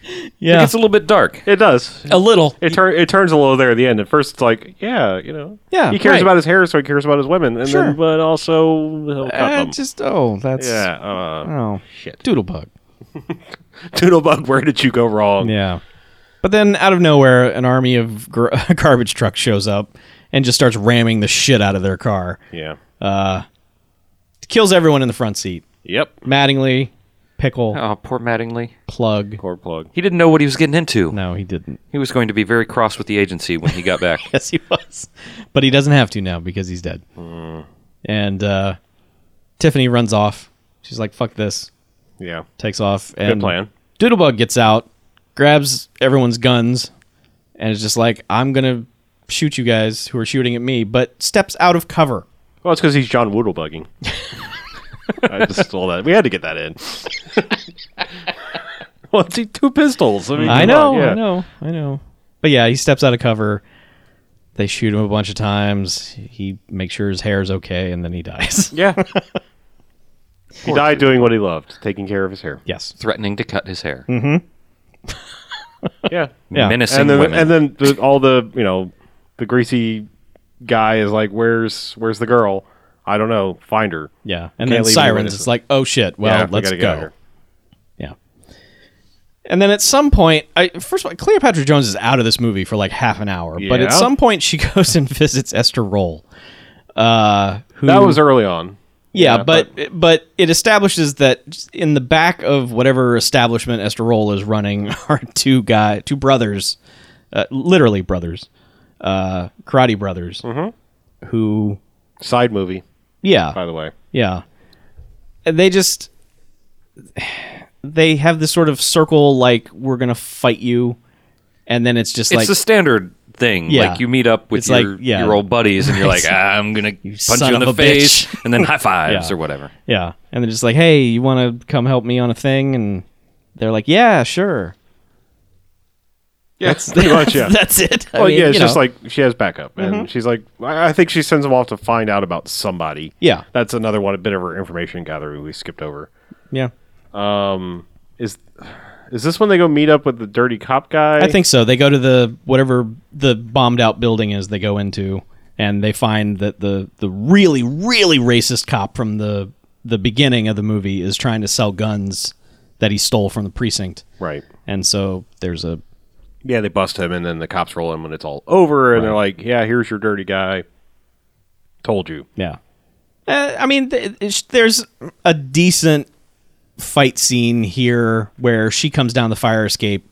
It
Yeah.
gets a little bit dark.
It does.
a little.
It turn it turns a little there at the end. At first, it's like, yeah, you know,
Yeah,
he cares
right.
about his hair, so he cares about his women, and
Sure.
then, but also, he'll cut
Uh,
them.
just oh, that's
yeah, uh,
oh shit, doodlebug.
Doodlebug, where did you go wrong?
Yeah. But then out of nowhere, an army of gr- <laughs> garbage trucks shows up and just starts ramming the shit out of their car.
Yeah.
Kills everyone in the front seat.
Yep.
Mattingly, Pickle,
Oh, poor Mattingly.
Plug.
Cord plug.
He didn't know what he was getting into.
No, he didn't.
He was going to be very cross with the agency when he got back.
<laughs>
<laughs>
Yes, he was. Mm. But he doesn't have to now because he's dead. And uh, Tiffany runs off. She's like, fuck this.
Yeah.
Takes off. And
plan.
Doodlebug gets out, grabs everyone's guns, and is just like, I'm going to shoot you guys who are shooting at me, but steps out of cover.
Well, it's because he's John
<laughs>
Woodlebugging. I just stole that. We had to get that in. well, it's two pistols. I, mean,
I
come
know,
on, yeah.
I know, I know. But yeah, he steps out of cover. They shoot him a bunch of times. He makes sure his hair is okay, and then he dies. <laughs>
Yeah. he died doing what he loved, taking care of his hair.
yes.
Threatening to cut his hair.
Yeah.
<laughs> Yeah.
Menacing
And then,
women.
and then the, all the you know, the greasy guy is like, "Where's where's the girl? I don't know. Find her."
Yeah. And
Can't
then
leave him
sirens.
innocent.
It's like, oh shit. Well,
Yeah, we
let's
gotta get out of
go.
here.
Yeah. And then at some point, I first of all, Cleopatra Jones is out of this movie for like half an hour. But
Yeah.
at some point, she <laughs> goes and visits Esther Roll. Uh, who
That was early on.
Yeah,
Yeah,
but, but it establishes that in the back of whatever establishment Esther Roll is running <laughs> are two guy, two brothers, uh, literally brothers, uh, karate brothers,
Mm-hmm.
who
Side movie, by
yeah
the way.
yeah, And they just they have this sort of circle like we're gonna fight you, and then it's just
it's
like
the standard thing.
Yeah.
Like you meet up with
It's
your,
like, yeah.
your old buddies and you're
<laughs> Right.
like, "Ah, I'm gonna punch
son
you in
of
the
a bitch."
face and then
<laughs>
high fives
Yeah.
or whatever.
Yeah. And they're just like, hey, you want to come help me on a thing? And they're like, yeah, sure.
Yeah, pretty much.
<laughs>
Yeah.
That's it. I
Well,
mean,
Oh, yeah, it's
you
just
know.
like she has backup, and she's like, I I think she sends them off to find out about somebody.
Yeah.
that's another one, a bit of her information gathering we skipped over.
Yeah.
Is is this when they go meet up with the dirty cop guy?
I think so. They go to the whatever the bombed out building is they go into and they find that the the really really racist cop from the the beginning of the movie is trying to sell guns that he stole from the precinct.
right.
And so there's a
Yeah, they bust him, and then the cops roll him when it's all over, and they're like, "Yeah, here's your dirty guy." Told you.
yeah. Uh, I mean th- it's- there's a decent fight scene here where she comes down the fire escape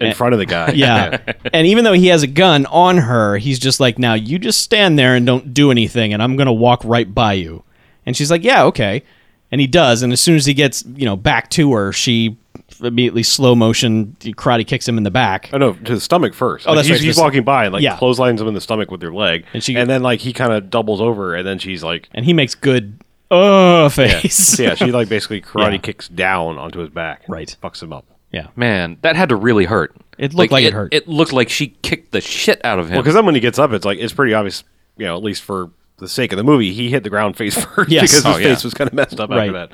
in front of the guy.
Eh, <laughs> Yeah. and even though he has a gun on her, he's just like, now you just stand there and don't do anything, and I'm going to walk right by you. And she's like, yeah, okay. And he does. And as soon as he gets, you know, back to her, she immediately slow motion karate kicks him in the back.
<laughs> Oh no, to the stomach first. Oh,
that's
he's,
right,
he's
the-
walking by and like
Yeah.
clotheslines him in the stomach with their leg,
And she-
and then like he kind of doubles over, and then she's like,
And he makes good, uh, face.
<laughs> yeah, she like basically karate
Yeah.
kicks down onto his back,
Right.
Fucks him up.
yeah.
Man, that had to really hurt.
It looked like it hurt.
It looked like she kicked the shit out of him.
Because then when he gets up, it's like it's pretty obvious, you know, at least for the sake of the movie, he hit the ground face <laughs> first
Yes.
because
Oh,
his
yeah.
face was kind of messed up
Right.
after that.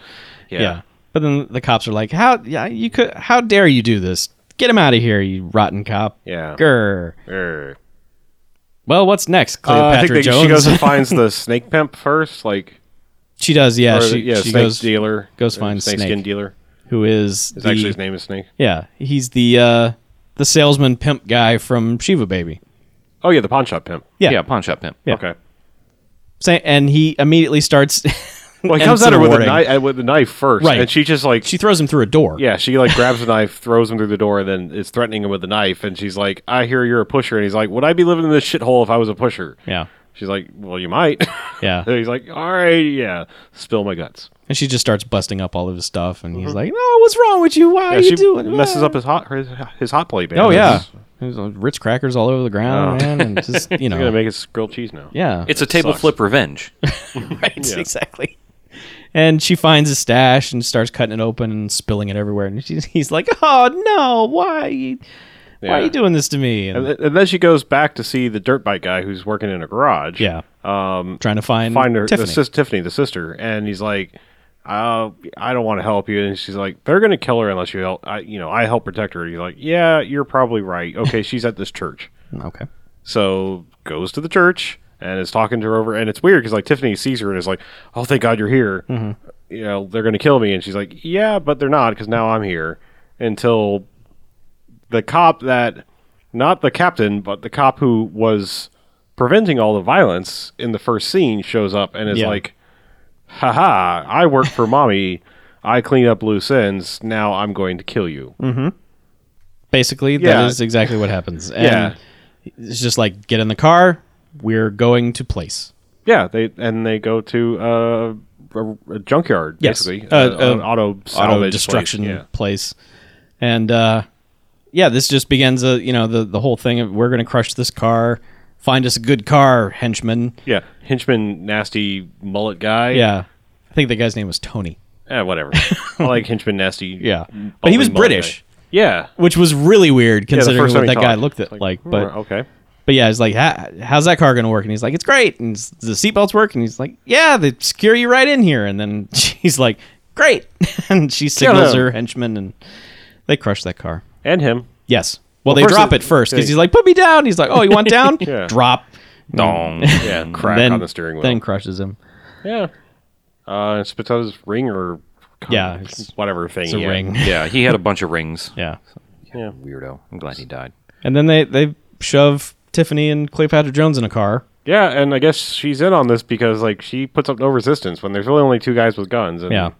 Yeah.
Yeah. But then the cops are like, how, yeah, you could, how dare you do this? Get him out of here, you rotten cop.
Yeah.
Grr.
Er.
Well, what's next,
Uh,
Cleopatra
I think they,
Jones?
she goes <laughs> and finds the snake pimp first, like
<laughs> She does, yeah.
or,
she
yeah,
she
snake
goes,
dealer
goes
or
finds
snake skin
Snake.
dealer.
who is
Is
the-
actually his name is Snake.
Yeah, he's the uh, the salesman pimp guy from Shiva Baby.
Oh yeah, the pawn shop pimp.
Yeah,
yeah, pawn shop pimp.
Yeah.
Okay.
Sa- and he immediately starts. <laughs>
Well, he
and
comes at her with a
rewarding.
knife with a knife first,
Right.
and she just like
She throws him through a door.
yeah, she like grabs the knife, throws him through the door, and then is threatening him with the knife. And she's like, "I hear you're a pusher," and he's like, "Would I be living in this shithole if I was a pusher?"
yeah,
She's like, "Well, you might." <laughs>
Yeah.
and he's like, "All right, yeah, spill my guts."
and she just starts busting up all of his stuff, and he's like, "No, what's wrong with you? Why are
Uh-huh. Yeah,
you
she
doing?"
messes
Ah."
up his hot his, his hot plate. Man.
Oh yeah,
It's-
There's, uh, Ritz crackers all over the ground,
Oh. <laughs>
man, and just you
they're gonna
know,
make us grilled cheese now.
yeah,
It's a table
sucks.
flip
<laughs>
revenge.
right, exactly. And she finds his stash and starts cutting it open and spilling it everywhere. And she's, he's like, "Oh no, why? you- Why are
Yeah.
you doing this to me?" And,
And, th- and then she goes back to see the dirt bike guy who's working in a garage.
yeah, um, trying to find
find her
Tiffany.
the sis, Tiffany, the sister, and he's like, uh, I don't want to help you. And she's like, they're going to kill her unless you help. I, you know, I help protect her. And you're like, yeah, you're probably right. Okay, she's at this church.
Okay.
So goes to the church and is talking to her over. And it's weird because like Tiffany sees her and is like, oh, thank God you're here. You know, they're going to kill me. And she's like, yeah, but they're not because now I'm here until the cop that, not the captain, but the cop who was preventing all the violence in the first scene shows up and is
Yeah.
like, haha, I work for mommy. I clean up loose ends. Now I'm going to kill you.
Basically,
Yeah.
that is exactly what
<laughs>
happens. And
Yeah.
It's just like get in the car. We're going to place.
Yeah, they and they go to uh, a, a junkyard,
Yes.
basically,
Uh,
uh,
uh,
an auto
auto
salvage
destruction
place.
place.
Yeah.
And uh, yeah, this just begins a you know the the whole thing of we're going to crush this car, find us a good car, henchman.
Yeah, henchman, nasty mullet guy.
Yeah, I think the guy's name was Tony.
Eh,
<laughs>
whatever. I like henchman, nasty.
Yeah,
balding
but he was
mullet
British,
guy. Yeah,
which was really weird
yeah. The
considering
first
what
time
that
he
guy
talked,
looked
it's
at like. But
"Hmm, okay,
but yeah, it's like "Ha- how's that car going to work? And he's like, it's great. And s- the seatbelts work. And he's like, yeah, they secure you right in here. And then <laughs> she's like, great. <laughs> and she signals
him.
her henchman, and they crush that car.
and him.
Yes.
Well,
Well, they
first
drop
it-
it first
they-
because he's like, "Put me down." He's like,
<laughs>
"Oh, you want down?"
Yeah.
Drop.
Dong.
Yeah,
<laughs>
crack
then,
on the steering wheel.
Then crushes him.
yeah, uh, Spinoza's ring or
Yeah, it's-
whatever thing.
It's a
<laughs> yeah.
ring.
yeah, he had a bunch of rings.
<laughs> Yeah.
Yeah.
Weirdo. I'm glad he died.
And then they they shove Tiffany and Cleopatra Jones in a car.
Yeah, and I guess she's in on this because like she puts up no resistance when there's really only two guys with guns. And,
Yeah.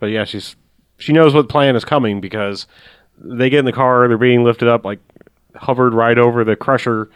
but yeah, she's she knows what plan is coming because they get in the car, they're being lifted up, like hovered right over the crusher,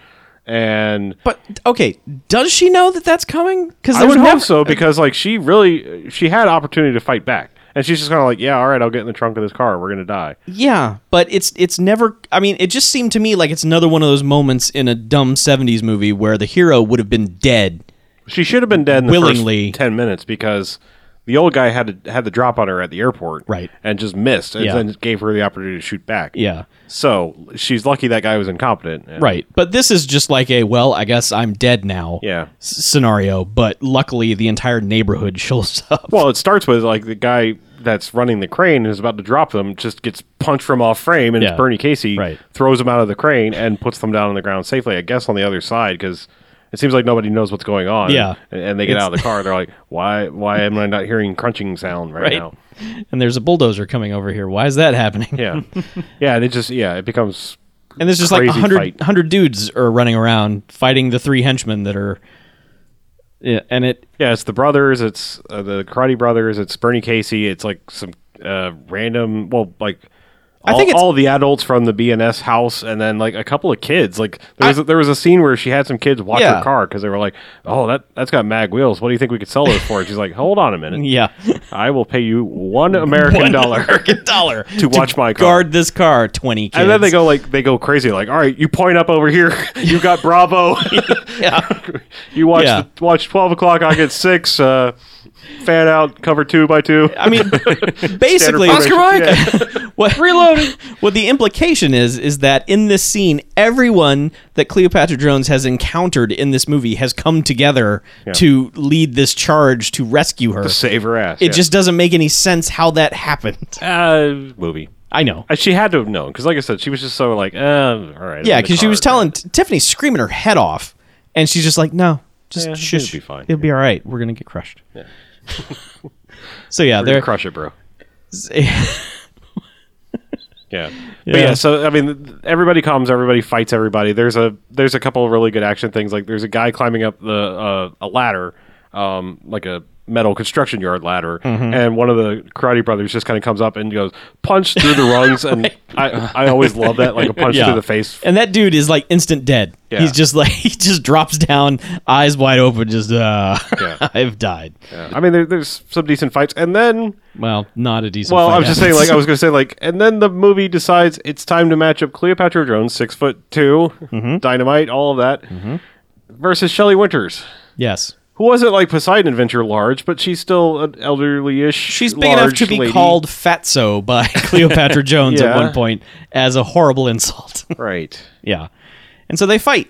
and
But okay, does she know that that's coming? Because
I would hope so because like she really she had opportunity to fight back, and she's just kind of like, yeah, all right, I'll get in the trunk of this car, we're gonna die.
Yeah, but it's it's never. I mean, it just seemed to me like it's another one of those moments in a dumb '70s movie where the hero would have been dead.
She should have been dead in the
Willingly.
first ten minutes because the old guy had had the drop on her at the airport,
Right.
and just missed, and
Yeah.
then gave her the opportunity to shoot back.
Yeah.
So she's lucky that guy was incompetent. and-
Right. But this is just like a well, I guess I'm dead now.
Yeah.
s- Scenario, but luckily the entire neighborhood <laughs> shows up.
Well, it starts with like the guy that's running the crane is about to drop them, just gets punched from off frame, and
Yeah.
it's Bernie Casey
Right.
throws him out of the crane and puts them down on the ground safely. I guess on the other side because it seems like nobody knows what's going on.
Yeah.
and, and they get out of the car. They're like, "Why? Why am I not hearing crunching sound right,
Right.
now?"
and there's a bulldozer coming over here. Why is that happening?
Yeah, <laughs> yeah, and it just yeah, it becomes
And there's just like
Crazy
100,
fight.
100 dudes are running around fighting the three henchmen that are. Yeah, and it
Yeah, it's the brothers. It's uh, the Karate Brothers. It's Bernie Casey. It's like some uh, random. Well, like all, I
think
think
it's-
all the adults from the BNS house, and then like a couple of kids. Like there was there was a scene where she had some kids watch
Yeah.
her car because they were like, "Oh, that that's got mag wheels. What do you think we could sell those for?" And she's like, "Hold on a minute.
<laughs> yeah,
I will pay you one American dollar
American dollar to
watch my car.
guard this car. Twenty kids,
And then they go like they go crazy like all right you point up over here <laughs> you got
<laughs>
Bravo <laughs>
Yeah.
you watch
Yeah.
the, watch twelve o'clock I get six uh, fan out cover two by two
I
<laughs>
mean, <laughs> basically,
Oscar Mike! <laughs>
what reloaded? <laughs> What the implication is is that in this scene, everyone that Cleopatra Jones has encountered in this movie has come together to lead this charge to rescue her.
save her ass.
It
yeah.
just doesn't make any sense how that happened. <laughs>
uh, movie.
I know.
Uh, She had to have known because, like I said, she was just so like, uh, all right. I'm
Yeah,
in the
because she
car.
was telling Tiffany's screaming her head off, and she's just like, "No, just
Yeah,
shush.
it'll be fine.
It'll be all right. We're gonna get crushed." <laughs> so
You're
yeah,
gonna
there.
crush it, bro. Yeah. But
Yeah.
yeah, so I mean, th- everybody comes, everybody fights everybody. There's a there's a couple of really good action things. Like there's a guy climbing up the uh, a ladder, um, like a metal construction yard ladder,
Mm-hmm.
and one of the Karate Brothers just kind of comes up and goes punch through the rungs,
<laughs>
and I I always love that like a punch
Yeah.
through the face.
and that dude is like instant dead.
Yeah.
He's just like <laughs> he just drops down, eyes wide open, just uh,
Yeah.
<laughs> I've died.
Yeah. I mean, there, there's some decent fights, and then
Well, not a decent.
Well,
fight
I was just saying,
happens. <laughs>
like, I was going to say, like, and then the movie decides it's time to match up Cleopatra Jones, six foot 2
Mm-hmm.
dynamite, all of that, versus Shelley Winters,
yes,
who wasn't like Poseidon Adventure large, but she's still an elderly ish.
she's big enough to be called Fatso by <laughs>
<laughs>
Cleopatra Jones at
Yeah.
one point as a horrible insult. <laughs>
Right.
yeah, and so they fight.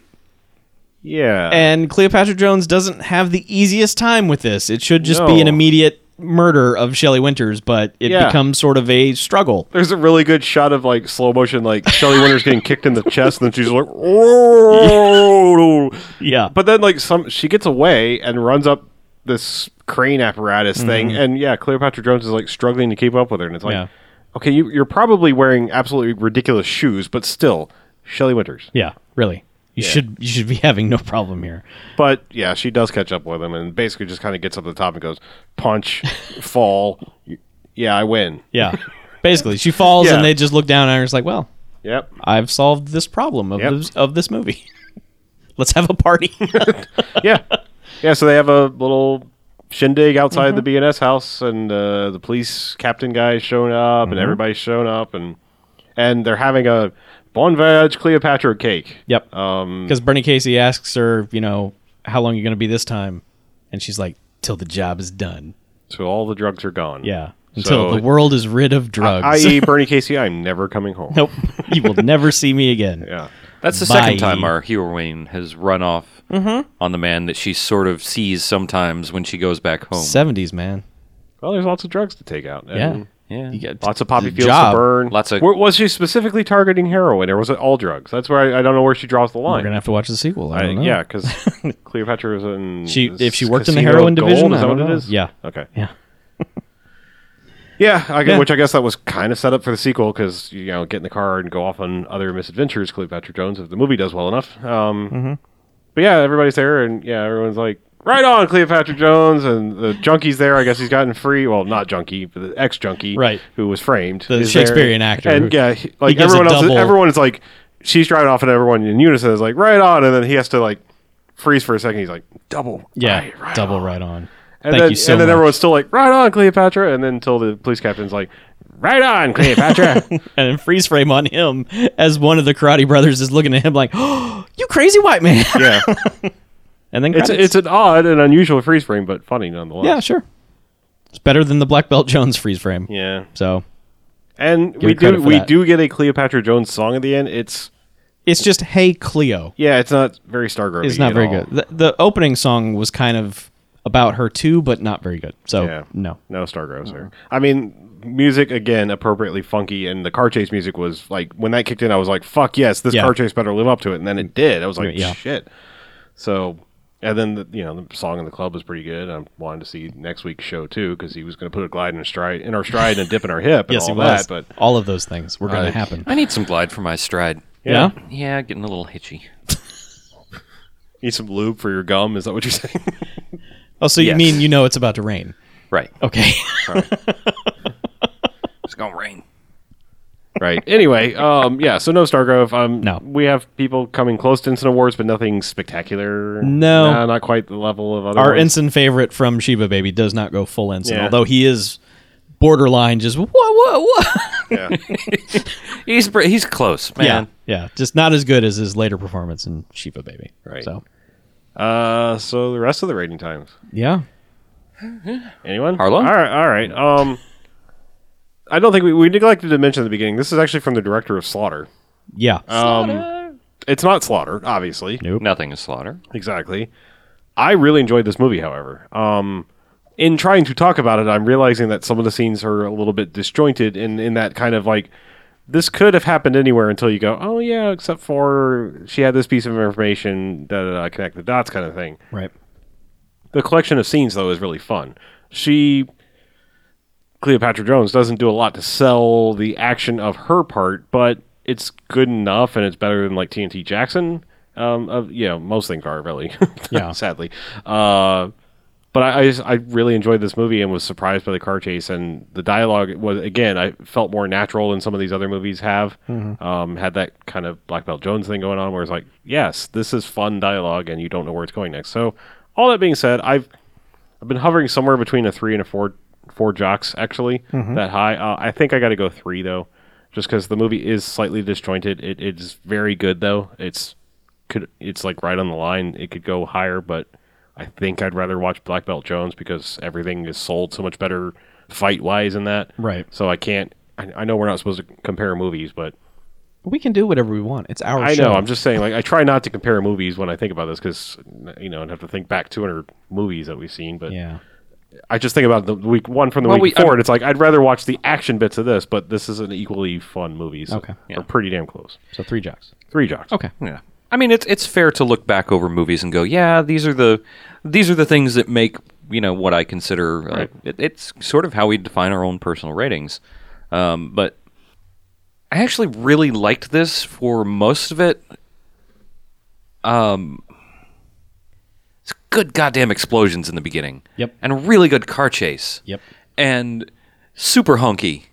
Yeah.
and Cleopatra Jones doesn't have the easiest time with this. It should just
No.
be an immediate murder of Shelley Winters, but it
Yeah.
becomes sort of a struggle.
There's a really good shot of like slow motion, like
<laughs>
Shelley Winters getting kicked in the chest, and then she's like, "Oh."
Yeah.
But then like some, she gets away and runs up this crane apparatus thing, and yeah, Cleopatra Jones is like struggling to keep up with her, and it's like,
Mm-hmm. Yeah.
okay, you, you're probably wearing absolutely ridiculous shoes, but still, Shelley Winters.
Yeah, really. You should you should be <laughs> having no problem here.
But yeah, she does catch up with him, and basically just kind of gets up to the top and goes, punch, <laughs> fall, y- yeah, I win. <laughs>
Yeah. Basically, she falls
Yeah.
and they just look down at her. It's like, well,
Yep.
I've solved this problem of
Yep.
this, of this movie. <laughs> Let's have
<laughs>
a party. <laughs>
yeah, yeah. So they have a little shindig outside
Mm-hmm.
the BNS house, and uh, the police captain guy's showing up,
Mm-hmm.
and everybody's showing up, and and they're having a bon voyage Cleopatra cake.
yep. Because
Um,
Bernie Casey asks her, you know, how long you going to be this time, and she's like, till the job is done.
So all the drugs are gone.
Yeah.
So-
Until the world is rid of drugs.
I.e., Bernie Casey, I'm never coming home.
<laughs> nope. <laughs> You will never see me again.
Yeah.
That's the
Bye. Mm-hmm.
second time our heroine has run off on the man that she sort of sees sometimes when she goes back home.
Seventies, man.
Well, there's lots of drugs to take out.
Yeah.
and
yeah.
You get
Lots of poppy
the
fields
job.
to burn.
Lots of-
Where- was she specifically targeting heroin, or was it all drugs? That's where I, I don't know where she draws the
We're
line.
gonna have to watch the sequel. I
I,
don't know.
yeah, because
<laughs>
Cleopatra was in.
She-
is
if she worked in the
Casino
heroin
Gold,
division,
is
I
that
don't
what it
know.
is?
Yeah.
Okay.
Yeah.
Yeah, I, gu-
Yeah.
which I guess that was kind of set up for the sequel because you know get in the car and go off on other misadventures, Cleopatra Jones, if the movie does well enough. Um,
Mm-hmm.
But yeah, everybody's there, and yeah, everyone's like, "Right on, Cleopatra Jones!" And the junkie's there. I guess he's gotten free. Well, not junkie, but the ex junkie,
Right.
Who was framed,
The
is there.
Shakespearean actor who-
And yeah, he- like
gives a
everyone else,
double-
everyone is like, she's driving off, and everyone in unison is like, "Right on!" And then he has to like freeze for a second. He's like, "Double,
Yeah.
right, right
double right on.
and
Thank
then,
you so
and then
much.
everyone's still like, right on, Cleopatra. And then until the police captain's like, right on,
<laughs>
Cleopatra.
and then freeze frame on him as one of the Karate Brothers is looking at him like, <gasps> "Oh, you crazy white <laughs> man!"
yeah.
And then
It's, it's
credits.
an odd and unusual freeze frame, but funny nonetheless.
yeah, sure. It's better than the Black Belt Jones freeze frame.
Yeah.
So
And
her
we
credit
do
for
we
that.
do get a Cleopatra Jones song at the end. It's
it's just "Hey Cleo."
yeah, it's not very stargirly.
It's not
at
very
all.
good. The, the opening song was kind of about her too, but not very good. So
Yeah.
Oh, no.
No stargirls there. I mean, music again appropriately funky, and the car chase music was like when that kicked in, I was like, "Fuck yes, this
Yeah.
car chase better live up to it," and then it did. I was like,
Yeah.
"Shit." So, and then the, you know the song in the club was pretty good. I wanted to see next week's show too because he was going to put a glide in a stride in our stride and a dip in our hip and
<laughs> Yes,
all
it was.
that. But
all of those things were going to
I-
happen.
I need some glide for my stride.
Yeah.
Yeah, getting a little hitchy.
need some lube for your gum. Is that what you're <laughs> saying?
Oh, so you
Yes.
mean you know it's about to rain?
Right.
<laughs> Okay.
Oh, It's gonna rain.
right. Anyway, um, yeah. So no Stargrove. Um,
No.
We have people coming close to instant awards, but nothing spectacular.
No.
Nah, not quite the level of other.
Our
ones.
ensign favorite from Shiba Baby does not go full ensign,
Yeah.
although he is borderline just whoa whoa whoa.
Yeah.
He's br- he's close, man.
<laughs> Yeah, yeah, just not as good as his later performance in Shiva Baby.
Right.
So
Uh, so the rest of the rating times.
yeah,
Anyone?
Harlow?
All right, all right. Um, I don't think we, we neglected to mention at the beginning. This is actually from the director of Slaughter. Um,
yeah,
Uh, It's not Slaughter, obviously.
Nothing is slaughter.
Exactly. I really enjoyed this movie, however. Um, in trying to talk about it, I'm realizing that some of the scenes are a little bit disjointed in, in that kind of like, this could have happened anywhere until you go, oh, yeah, except for she had this piece of information, da da da, connect the dots kind of thing.
right.
the collection of scenes though is really fun. She Cleopatra Jones doesn't do a lot to sell the action of her part, but it's good enough and it's better than like TNT Jackson. Um, of you know, most things are really, <laughs>
Yeah.
sadly. Uh, but I, I, just- I really enjoyed this movie and was surprised by the car chase and the dialogue was again I felt more natural than some of these other movies have. Um, had that kind of Black Belt Jones thing going on where it's like, yes, this is fun dialogue and you don't know where it's going next. So all that being said, I've I've been hovering somewhere between a three and a four four jocks actually
Mm-hmm.
that high. Uh, I think I got to go three though, just because the movie is slightly disjointed. It, it's very good though. It's could it's like right on the line. It could go higher, but I think I'd rather watch Black Belt Jones because everything is sold so much better fight wise in that.
Right.
So I can't. I, I know we're not supposed to compare movies, but
We can do whatever we want. It's our
I
show.
know. I'm just saying. Like I try not to compare movies when I think about this because you know I'd have to think back 200 movies that we've seen. But
yeah.
I just think about the week one from the
Well,
week
we-
forward.
I'm-
It's like I'd rather watch the action bits of this, but this is an equally fun movie. So
Okay.
Or pretty damn close.
So three jocks.
Three jocks.
Okay.
Yeah. I mean, it's it's fair to look back over movies and go, yeah, these are the these are the things that make you know what I consider. Uh, it, it's sort of how we define our own personal ratings. Um, but I actually really liked this for most of it. Um, it's good goddamn explosions in the beginning.
Yep.
And a really good car chase.
Yep.
And super hunky.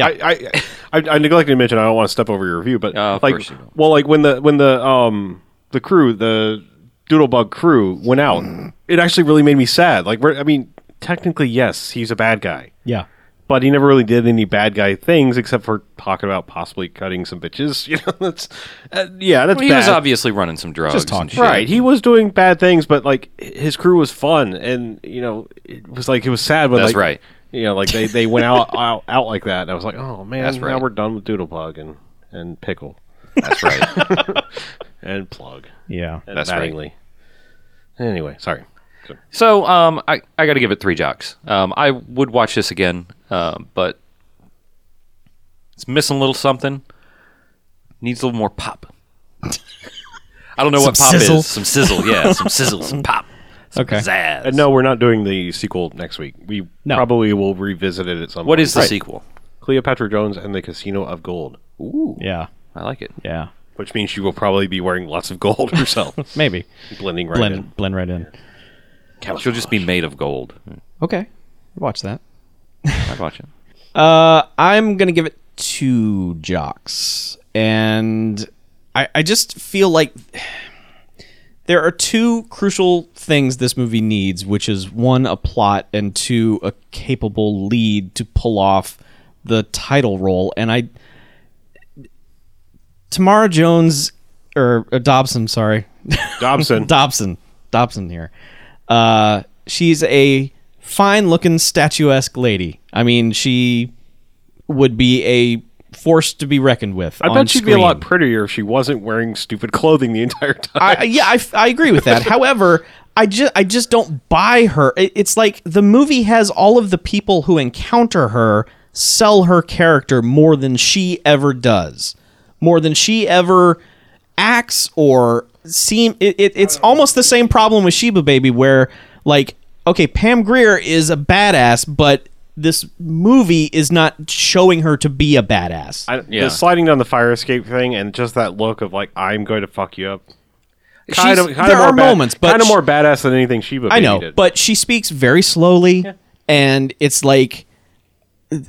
I, I, I I neglected to mention I don't want to step over your review, but
Uh, of
like,
course you don't.
well, like when the when the um the crew the Doodlebug crew went out, it actually really made me sad. Like, we're- I mean, technically, yes, he's a bad guy,
Yeah.
but he never really did any bad guy things except for talking about possibly cutting some bitches. <laughs> You know, that's uh, yeah, that's
He
bad.
was obviously running some drugs. and
talking.
shit.
Right, he was doing bad things, but like his crew was fun, and you know it was like it was sad when
That's
like,
right.
You know, like they, they went out, <laughs> out out like that, and I was like, oh man,
That's
now
right.
we're done with Doodlebug and and Pickle
That's right.
<laughs> and Plug
Yeah.
and
That's right.
Mattingly. Anyway, sorry.
So um, I, I got to give it three jocks. Um, I would watch this again, um, but it's missing a little something. Needs a little more pop. I don't know what
Some
pop
sizzle?
is. Some sizzle,
<laughs>
yeah. Some sizzle, some pop. Some
Okay.
pizzazz.
And no, we're not doing the sequel next week. We
No.
probably will revisit it at some.
What
point.
is the
Right.
sequel?
Cleopatra Jones and the Casino of Gold,
Yeah.
I like it.
Yeah.
which means she will probably be wearing lots of gold <laughs> herself,
<laughs> Maybe.
blending right
Blend
in.
blend right in.
She'll just be made of gold.
Okay. Watch that.
I'd watch it.
Uh, I'm gonna give it two jocks, and I I just feel like there are two crucial things this movie needs, which is one a plot and two a capable lead to pull off the title role, and I. Tamara Jones or, or Dobson, sorry,
Dobson.
Dobson. Dobson here. Uh, she's a fine looking statuesque lady. I mean, she would be a force to be reckoned with.
I bet she'd be a lot prettier if she wasn't wearing stupid clothing the entire <laughs> time.
I, I- yeah, I, f- I agree with that. However, I just I just don't buy her. It- it's like the movie has all of the people who encounter her sell her character more than she ever does, more than she ever acts or seem. It, it, it's almost the same problem with Sheba Baby, where like okay, Pam Greer is a badass, but this movie is not showing her to be a badass.
I,
Yeah.
The sliding down the fire escape thing and just that look of like I'm going to fuck you up.
She's-
Kind of, kind
there
of more
are moments, but
kind of
sh-
more badass than anything Sheba.
I
Baby
know,
did.
but she speaks very slowly, and it's like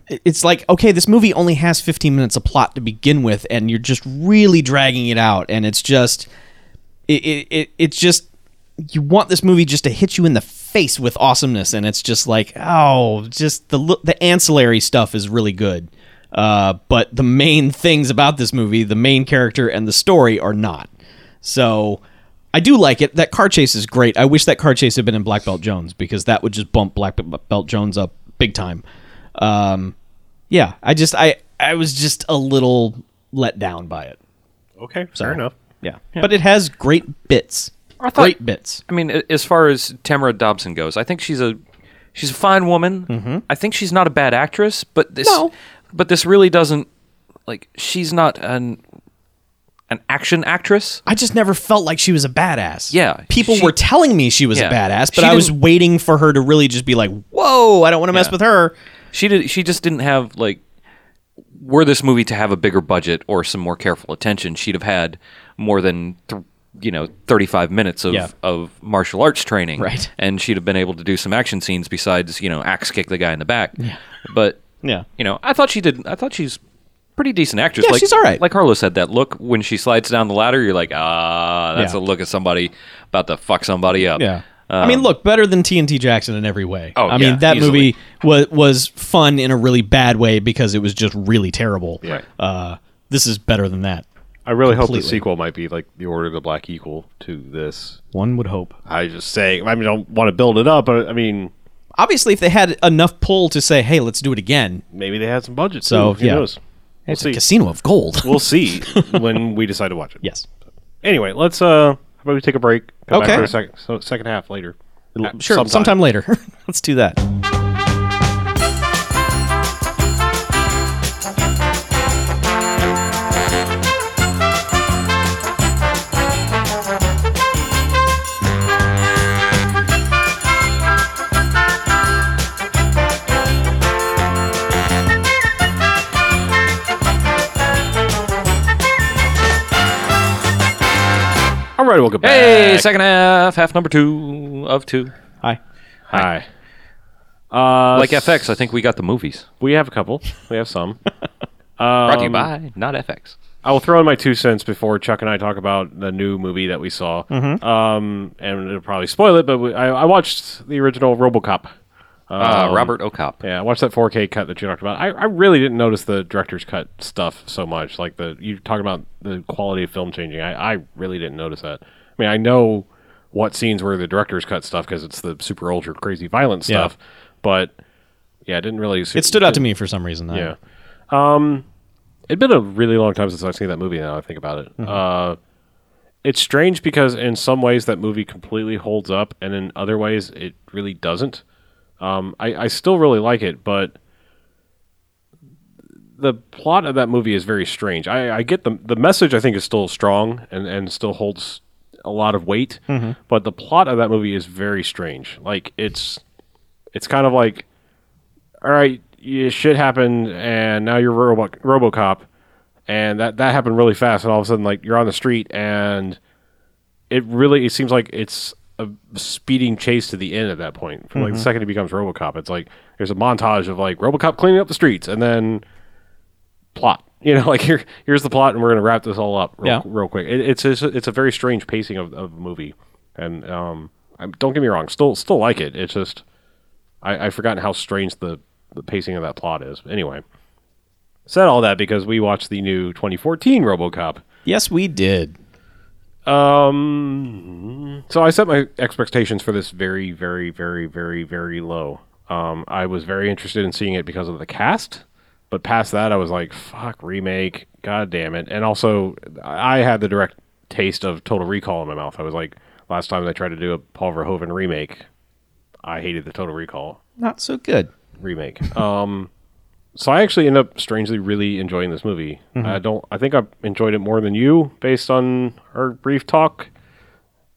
it's like okay, this movie only has 15 minutes of plot to begin with, and you're just really dragging it out, and it's just it it, it it's just you want this movie just to hit you in the face with awesomeness, and it's just like oh, just the lo- the ancillary stuff is really good. Uh, but the main things about this movie, the main character and the story, are not. So I do like it. That car chase is great. I wish that car chase had been in Black Belt Jones because that would just bump Black Belt Jones up big time. Um, yeah, I just I I was just a little let down by it.
okay, fair enough.
Yeah, but it has great bits.
thought-
great bits.
I mean, a- as far as Tamara Dobson goes, I think she's a she's a fine woman. I think she's not a bad actress, but this
Mm-hmm. No.
but this really doesn't like she's not an an action actress.
I just never felt like she was a badass.
Yeah,
people
she-
were telling me she was
Yeah.
a badass, but
She
I was
didn't-
waiting for her to really just be like, "Whoa, I don't want to mess
Yeah.
with her."
She did she just didn't have like were this movie to have a bigger budget or some more careful attention, she'd have had more than th- you know 35 minutes of,
Yeah.
of martial arts training
Right.
and she'd have been able to do some action scenes besides you know axe kick the guy in the back but
Yeah,
you know, I thought she did. I thought she's pretty decent actress.
Yeah,
like,
she's all right.
Like Harlow said, that look when she slides down the ladder, you're like, ah, that's
Yeah.
a look at somebody about to fuck somebody up.
Yeah. I mean, look, better than TNT Jackson in every way.
Um, Oh,
I
yeah,
mean, that
easily.
movie was was fun in a really bad way because it was just really terrible.
Right.
Uh, this is better than that.
I really hope the
Completely.
sequel might be like the Order of the Black equal to this.
One would hope.
I just say I mean, I don't want to build it up, but I mean,
Obviously, if they had enough pull to say, "Hey, let's do it again,"
maybe they had some budget.
So,
too. Who
yeah.
knows? We'll
it's
see.
a casino of gold.
we'll see <laughs> when we decide to watch it.
yes.
Anyway, let's uh, how about we take a break? Come back
Okay.
for a sec- so second half later.
sure,
sometime.
sometime later. <laughs> Let's do that.
All right, welcome back.
Hey, second half, half number two of two.
Hi.
Hi. Uh,
Like FX, I think we got the movies.
we have a couple. We have some.
Brought
Um,
to you by not FX.
I will throw in my two cents before Chuck and I talk about the new movie that we saw. Um, and it'll probably spoil it, but we, I, I watched the original RoboCop.
Uh,
Um,
Robert O'Cop.
Yeah, I watched that 4K cut that you talked about. I, I really didn't notice the director's cut stuff so much. Like the you talking about the quality of film changing. I, I really didn't notice that. I mean, I know what scenes were the director's cut stuff because it's the super ultra crazy violent
Yeah.
stuff. But yeah, it didn't really.
It stood out to me for some reason. I-
Yeah. Um, it'd been a really long time since I've seen that movie. Now I think about it. Uh, it's strange because in some ways that movie completely holds up, and in other ways it really doesn't. Um, I, I still really like it, but the plot of that movie is very strange. I, I get the the message. I think is still strong and and still holds a lot of weight, but the plot of that movie is very strange. Like it's it's kind of like all right, yeah, shit happened, and now you're Robo- RoboCop, and that that happened really fast, and all of a sudden, like you're on the street, and it really it seems like it's a speeding chase to the end at that point. From like the second he becomes RoboCop, it's like there's a montage of like RoboCop cleaning up the streets, and then plot. <laughs> You know, like here here's the plot, and we're gonna wrap this all up real,
Yeah.
real quick. It, it's it's a, it's a very strange pacing of of a movie, and um, I, don't get me wrong, still still like it. It's just I, I've forgotten how strange the, the pacing of that plot is. Anyway, said all that because we watched the new 2014 RoboCop.
Yes, we did.
So I set my expectations for this very, very, very, very, very low. Um, I was very interested in seeing it because of the cast, but past that, I was like, "Fuck remake, god damn it!" And also, I had the direct taste of Total Recall in my mouth. I was like, last time they tried to do a Paul Verhoeven remake, I hated the Total Recall.
Not so good.
remake. Um, so I actually end up strangely really enjoying this movie. I don't. I think I enjoyed it more than you, based on our brief talk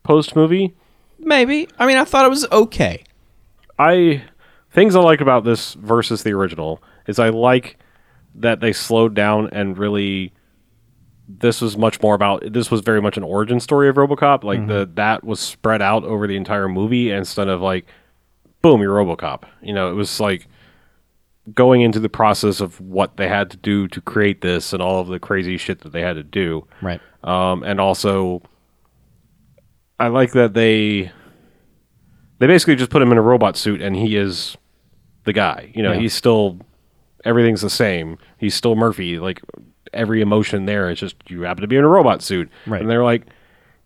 post movie.
Maybe. I mean, I thought it was okay.
I things I like about this versus the original is I like that they slowed down and really this was much more about this was very much an origin story of RoboCop like the that was spread out over the entire movie instead of like boom you're RoboCop you know it was like going into the process of what they had to do to create this and all of the crazy shit that they had to do
Right.
um, and also I like that they they basically just put him in a robot suit and he is the guy. You know, he's still everything's the same. He's still Murphy. Like every emotion there is just you happen to be in a robot suit,
Right.
and they're like,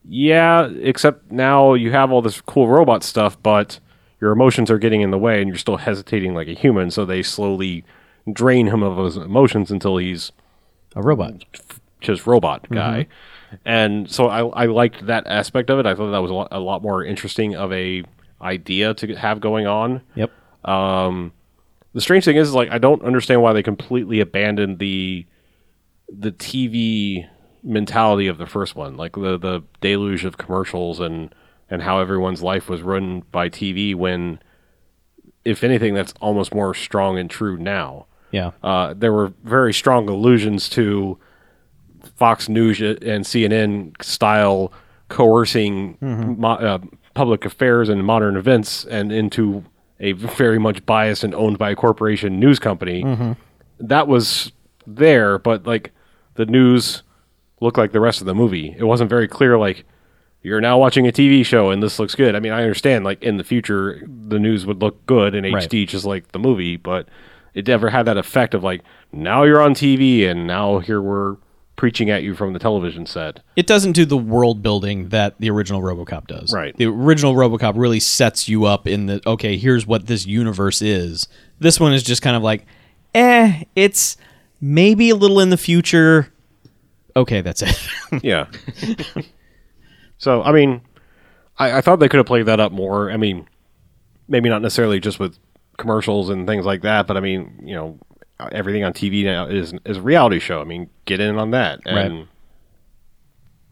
yeah, except now you have all this cool robot stuff, but your emotions are getting in the way, and you're still hesitating like a human. So they slowly drain him of his emotions until he's
A robot.
just robot guy. And so I, I liked that aspect of it. I thought that was a lot, a lot more interesting of a idea to have going on.
Yep.
The strange thing is, like, I don't understand why they completely abandoned the the TV mentality of the first one, like the the deluge of commercials and and how everyone's life was run by TV. When, if anything, that's almost more strong and true now
Yeah.
uh, there were very strong allusions to Fox News and CNN style coercing mo- uh, public affairs and modern events and into a very much biased and owned by a corporation news company. That was there, but like the news looked like the rest of the movie. It wasn't very clear, like, you're now watching a TV show and this looks good. I mean, I understand, like, in the future, the news would look good in
Right.
HD, just like the movie, but it never had that effect of, like, now you're on TV and now here we're preaching at you from the television set.
It doesn't do the world building that the original RoboCop does.
Right.
The original RoboCop really sets you up in the okay, here's what this universe is. This one is just kind of like, eh, it's maybe a little in the future. Okay, that's it. <laughs>
Yeah. so I mean, I, I thought they could have played that up more. I mean, maybe not necessarily just with commercials and things like that, but I mean, you know, everything on TV now is is a reality show. I mean, get in on that, and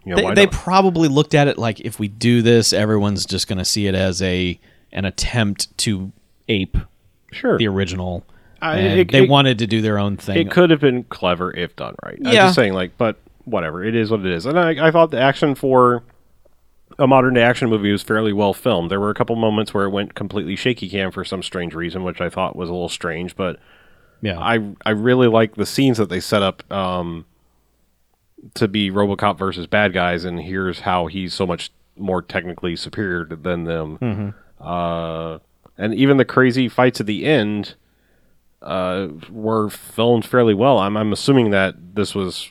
you know,
They,
why
they
not?
probably looked at it like if we do this, everyone's just going to see it as a an attempt to ape
sure
the original.
I-
And
it-
they
it-
wanted to do their own thing.
It could have been clever if done right. I'm
Yeah.
just saying, like, but whatever. It is what it is. And I, I thought the action for a modern day action movie was fairly well filmed. There were a couple moments where it went completely shaky cam for some strange reason, which I thought was a little strange. But
yeah,
I I really like the scenes that they set up um, to be RoboCop versus bad guys, and here's how he's so much more technically superior to- than them. Uh, and even the crazy fights at the end uh, were filmed fairly well. I'm I'm assuming that this was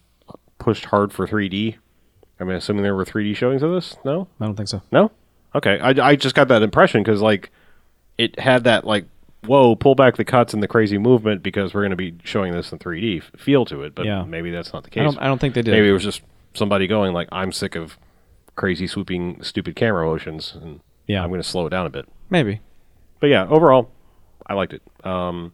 pushed hard for 3D. I'm assuming there were 3D showings of this. No,
I don't think so.
no? Okay. I, I just got that impression because, like, it had that, like, whoa, pull back the cuts and the crazy movement because we're going to be showing this in 3D f- feel to it. But
Yeah.
maybe that's not the case.
I don't, I don't think they did.
Maybe it was just somebody going, like, I'm sick of crazy, swooping, stupid camera motions. And
Yeah.
I'm going to slow it down a bit.
Maybe.
But yeah, overall, I liked it. Um,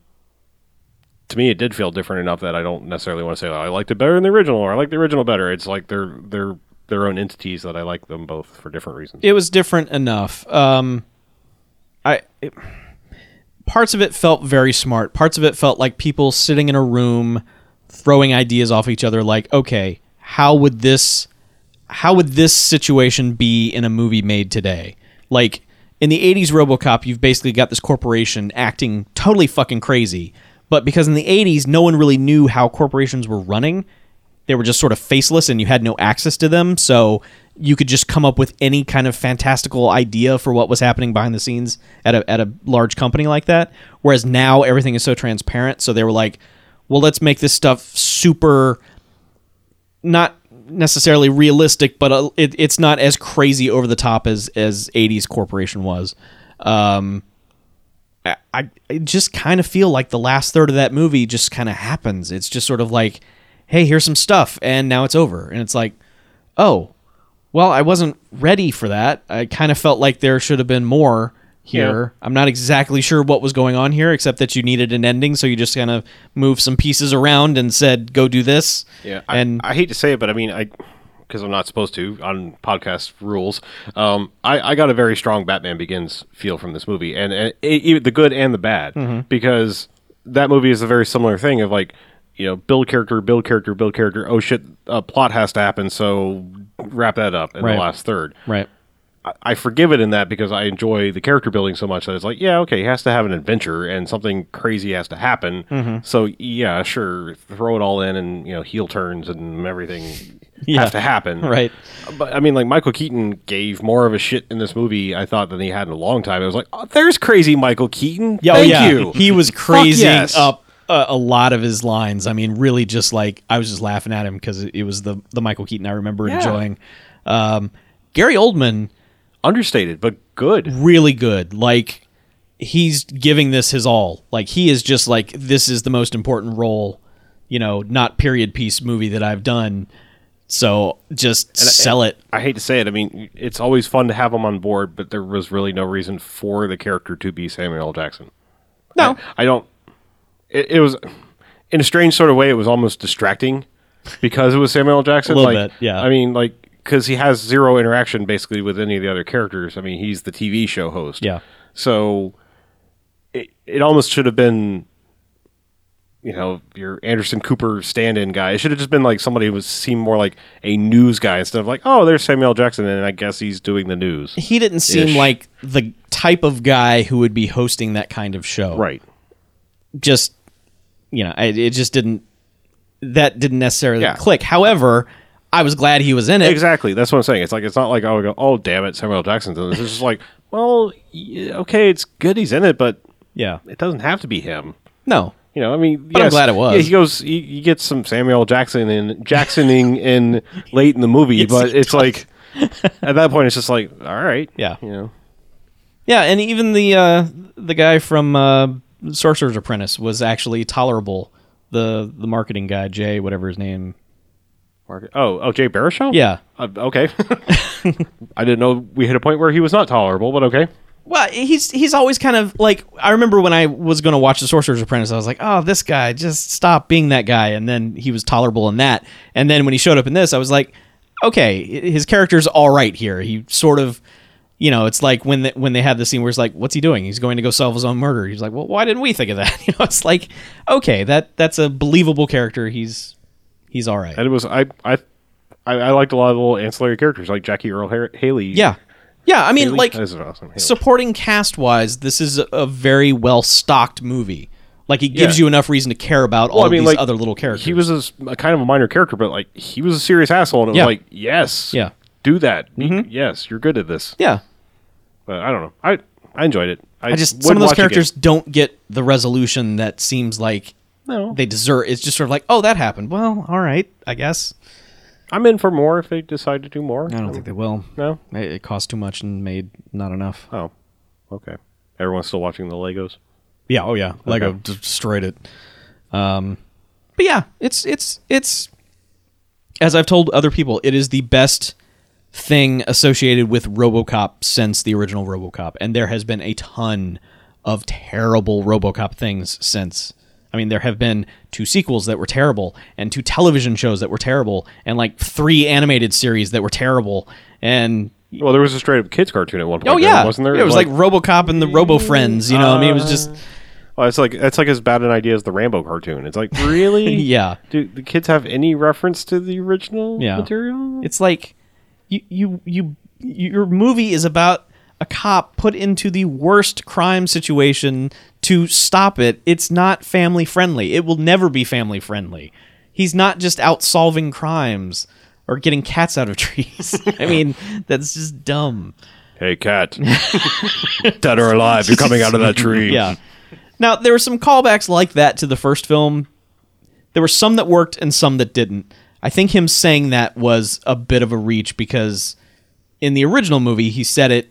to me, it did feel different enough that I don't necessarily want to say "Oh, I liked it better than the original or I like the original better. It's like they're they're their own entities that I like them both for different reasons.
it was different enough. Um, I it- parts of it felt very smart. Parts of it felt like people sitting in a room throwing ideas off each other. Like, okay, how would this how would this situation be in a movie made today? Like in the 80s RoboCop, you've basically got this corporation acting totally fucking crazy. But because in the 80s no one really knew how corporations were running, they were just sort of faceless and you had no access to them, so you could just come up with any kind of fantastical idea for what was happening behind the scenes at a at a large company like that. Whereas now everything is so transparent, so they were like, well, let's make this stuff super not necessarily realistic, but uh, it, it's not as crazy over the top as as '80s corporation was. Um, I, I I just kind of feel like the last third of that movie just kind of happens. It's just sort of like, hey, here's some stuff, and now it's over, and it's like, oh, well, I wasn't ready for that. I kind of felt like there should have been more here. I'm not exactly sure what was going on here, except that you needed an ending, so you just kind of moved some pieces around and said, go do this.
Yeah, I,
and
I hate to say it, but I mean, I because I'm not supposed to on podcast rules. Um, I, I got a very strong Batman Begins feel from this movie, and, and e- even the good and the bad,
Mm-hmm.
because that movie is a very similar thing of like, you know, build character, build character, build character. Oh shit, a plot has to happen, so wrap that up in
Right.
the last third.
right.
I- I forgive it in that because I enjoy the character building so much that it's like, yeah, okay, he has to have an adventure and something crazy has to happen.
Mm-hmm.
So yeah, sure, throw it all in and you know heel turns and everything
<laughs> Yeah.
have to happen,
Right.
But I mean, like Michael Keaton gave more of a shit in this movie, I thought, than he had in a long time. It was like, oh, there's crazy Michael Keaton.
Yeah, oh,
Thank
yeah.
you.
He was
Fuck
crazy
yes.
up a, a lot of his lines. I mean, really, just like I was just laughing at him because it, it was the the Michael Keaton I remember enjoying. Um, Gary Oldman
understated but good.
really good. Like he's giving this his all. Like he is just like this is the most important role, you know, not period piece movie that I've done. So just sell it.
I hate to say it. I mean, it's always fun to have him on board, but there was really no reason for the character to be Samuel L. Jackson.
No.
I, I don't. It, it was in a strange sort of way. It was almost distracting because it was Samuel L. Jackson.
little
like,
bit, yeah.
I mean, like because he has zero interaction basically with any of the other characters. I mean, he's the TV show host.
Yeah.
So it it almost should have been. You know your Anderson Cooper stand-in guy. It should have just been like somebody who was seemed more like a news guy instead of like, oh, there's Samuel L. Jackson, and I guess he's doing the news.
He didn't seem
Ish.
like the type of guy who would be hosting that kind of show.
Right.
just you know I, it just didn't that didn't necessarily
Yeah.
click however i was glad he was in it
Exactly. That's what I'm saying. It's like it's not like oh, go, oh damn it, Samuel L. Jackson's in this. It's just like, well, yeah, okay, it's good he's in it, but
yeah
it doesn't have to be him.
no
You know, I mean,
I'm
yes,
glad it was.
Yeah, he goes, he, he gets some Samuel L. Jackson in Jacksoning
<laughs>
in late in the movie, but it's like <laughs> at that point, it's just like, all right,
Yeah.
you know,
yeah and even the uh the guy from uh sorcerer's apprentice was actually tolerable the the marketing guy jay whatever his name
Mark- oh, oh, Jay Baruchel,
yeah
<laughs>
<laughs>
uh, okay. I didn't know we hit a point where he was not tolerable, but okay,
Well, he's he's always kind of like I remember when I was going to watch The Sorcerer's Apprentice, I was like, "Oh, this guy just stop being that guy." And then he was tolerable in that. And then when he showed up in this, I was like, "Okay, i- his character's all right here." He sort of, you know, it's like when the, when they have the scene where it's like, "What's he doing? He's going to go solve his own murder." He's like, "Well, why didn't we think of that?" <laughs> You know, it's like, "Okay, that that's a believable character. He's he's all right."
And it was I I I, I liked a lot of the little ancillary characters like Jackie Earl Har- Haley.
Yeah. Yeah, I mean,
Haley?
like
That is awesome. Haley.
supporting cast wise, this is a- a very well stocked movie. Like it gives
Yeah.
you enough reason to care about all
Well, I
of
mean,
these
like
other little characters.
He was a, s- a kind of a minor character, but like he was a serious asshole, and it
Yeah.
was like, yes,
Yeah. Mm-hmm.
do that. Be- Yes, you're good at this.
yeah.
But I don't know. I I enjoyed it.
I just
would
some of those
watch again.
characters don't get the resolution that seems like
No.
they deserve. It's just sort of like, oh, that happened. Well, all right, I guess.
I'm in for more if they decide to do more.
I don't think they will.
No.
It, it cost too much and made not enough.
Oh, okay. Everyone's still watching the Legos.
Yeah. Oh yeah. Lego destroyed it. Um, but yeah, it's it's it's as I've told other people, it is the best thing associated with RoboCop since the original RoboCop, and there has been a ton of terrible RoboCop things since. I mean, there have been two sequels that were terrible, and two television shows that were terrible, and like three animated series that were terrible, and
Well, there was a straight up kids cartoon at one point.
oh yeah,
wasn't there?
Yeah, It was like, RoboCop and the Robo Friends. You know, I mean, it was just
Oh, it's like it's like as bad an idea as the Rambo cartoon. It's
<laughs>
like really,
yeah.
Do the kids have any reference to the original
Yeah.
material?
It's like you you you your movie is about a cop put into the worst crime situation to stop it. It's not family friendly. It will never be family friendly. He's not just out solving crimes or getting cats out of trees. <laughs> I mean, that's just dumb.
hey,
<laughs>
cat, dead or alive, you're coming out of that tree.
Yeah. Now there were some callbacks like that to the first film. There were some that worked and some that didn't. I think him saying that was a bit of a reach because in the original movie he said it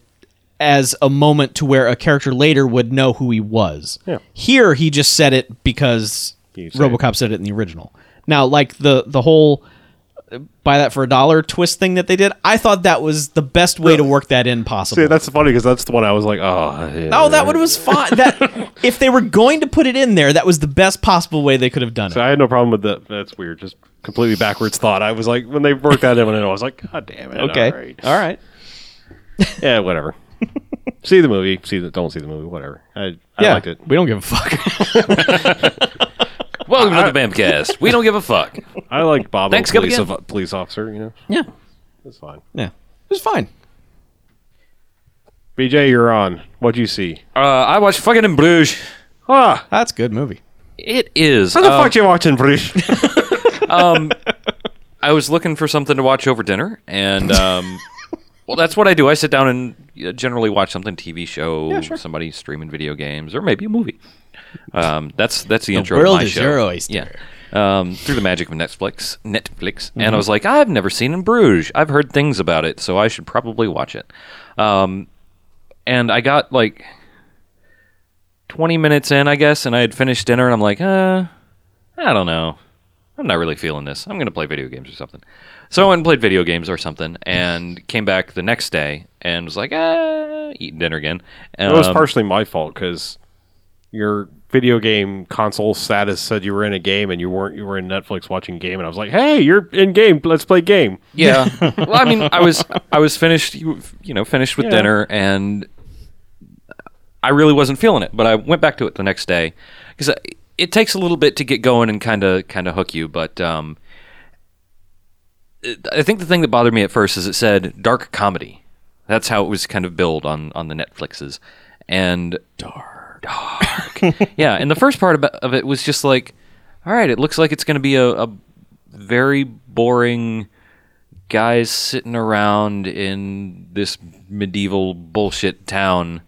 as a moment to where a character later would know who he was.
Yeah.
Here he just said it because
You say it.
RoboCop said it in the original. Now like the the whole uh, buy that for a dollar twist thing that they did, I thought that was the best way to work that in possible.
See, that's funny because that's the one I was like, oh, yeah.
Oh, that one was fine.
<laughs>
That if they were going to put it in there, that was the best possible way they could have done it.
So I had no problem with that. That's weird. Just completely backwards thought. I was like, when they worked that in, I was like, God damn it.
okay.
All right.
All right.
Yeah, whatever. see the movie. See the, don't see the movie. Whatever. I, I liked it.
We don't give a <laughs> fuck.
Welcome to the Bamcast. We don't give a fuck.
I liked Bob,
Thanks,
Thanks,
come
police,
again.
of, police officer. You know,
yeah.
it's fine.
Yeah. It was fine.
BJ, you're on. What'd you see?
Uh, I watched fucking in Bruges.
Ah,
That's a good movie.
It is.
what the
um,
fuck you watching, <laughs> British?
I was looking for something to watch over dinner, and um, well, that's what I do. I sit down and uh, generally watch something, TV show, somebody streaming video games, or maybe a movie. Um, that's that's the, intro.
world
to my
is
show.
your oyster.
Yeah. Um, through the magic of Netflix, Netflix,
Mm-hmm.
and I was like, I've never seen in Bruges. I've heard things about it, so I should probably watch it. Um, and I got like twenty minutes in, I guess, and I had finished dinner, and I'm like, uh, I don't know. I'm not really feeling this. I'm going to play video games or something. So I went and played video games or something and came back the next day and was like, ah, eating dinner again.
it was
Um,
partially my fault because your video game console status said you were in a game and you weren't. You were in Netflix watching game, and I was like, hey, you're in game. Let's play game.
Yeah. well, I mean, I was I was finished, you you know, finished with dinner, and I really wasn't feeling it. But I went back to it the next day because it takes a little bit to get going and kind of kind of hook you. But um, it- I think the thing that bothered me at first is it said dark comedy. That's how it was kind of billed on on the Netflixes, and <laughs> yeah, and the first part about, of it was just like, all right, it looks like it's going to be a, a very boring guys sitting around in this medieval bullshit town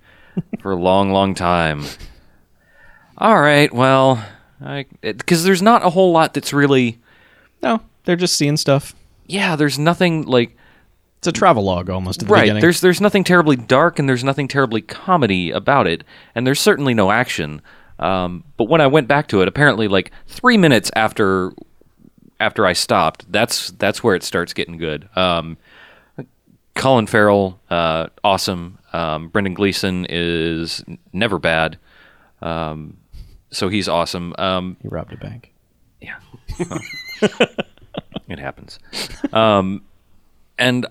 for a long, long time. All right, well, because there's not a whole lot that's really,
No, they're just seeing stuff.
yeah, there's nothing like
It's a travelogue almost at the
right.
beginning.
There's there's nothing terribly dark and there's nothing terribly comedy about it, and there's certainly no action. Um, but when I went back to it, apparently like three minutes after after I stopped, that's that's where it starts getting good. Um, Colin Farrell, uh, awesome. Um, Brendan Gleeson is n- never bad, um, so he's awesome. Um,
He robbed a bank.
yeah. <laughs> it happens. Um, and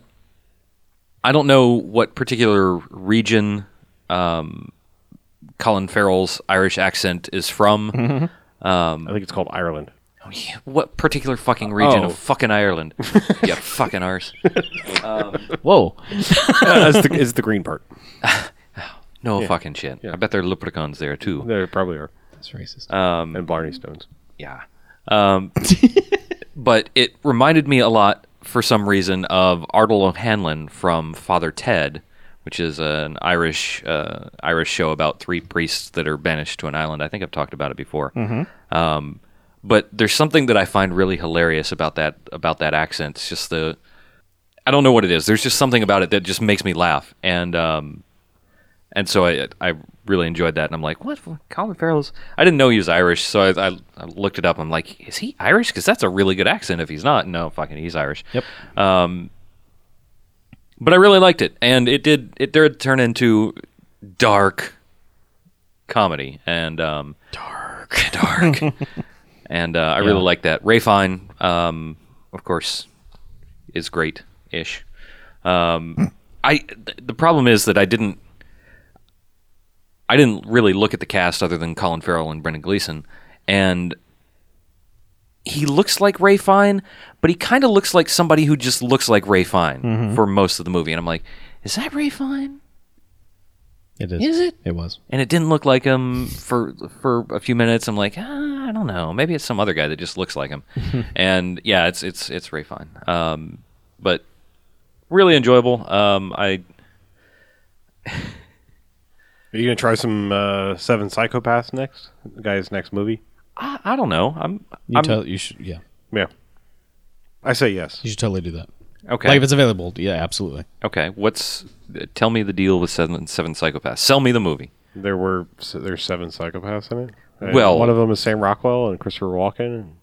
I don't know what particular region um, Colin Farrell's Irish accent is from.
I think it's called Ireland.
What particular fucking region
Oh.
of fucking Ireland? yeah, fucking arse.
Whoa.
Uh, it's, the, it's the green part.
No fucking shit. I bet there are leprechauns there too.
There probably are.
That's racist.
Um,
and Blarney Stones.
yeah. Um, but it reminded me a lot, for some reason, of Ardal O'Hanlon from Father Ted, which is an Irish uh, Irish show about three priests that are banished to an island. I think I've talked about it before. Um, but there's something that I find really hilarious about that about that accent. It's just the I don't know what it is. There's just something about it that just makes me laugh, and um, and so I I really enjoyed that. And I'm like, what? Colin Farrell's? I didn't know he was Irish, so I, I, I looked it up. I'm like, is he Irish? Because that's a really good accent. If he's not, no, fucking, he's Irish. Um,
Yep.
But I really liked it, and it did it did turn into dark comedy and um, dark, <laughs> dark, and uh, I really like that. Ray Fine, um, of course, is great ish. Um, I th- the problem is that I didn't I didn't really look at the cast other than Colin Farrell and Brendan Gleeson, and he looks like Ray Fine, but he kind of looks like somebody who just looks like Ray Fine
Mm-hmm.
for most of the movie, and I'm like, is that Ray Fine?
It is.
Is it?
It was.
And it didn't look like him for for a few minutes. I'm like, ah, I don't know, maybe it's some other guy that just looks
<laughs>
like him, and yeah, it's it's it's Ray Fine, um, but really enjoyable. Um, I
Are you gonna try some uh, Seven Psychopaths next? The guy's next movie.
I, I don't know. I'm,
You
I'm
tell you should yeah.
Yeah, I say yes.
You should totally do that.
okay.
Like if it's available, yeah, absolutely.
Okay, what's tell me the deal with seven seven psychopaths? Sell me the movie.
There were s- there's seven psychopaths in it. And
Well-
one of them is Sam Rockwell and Christopher Walken and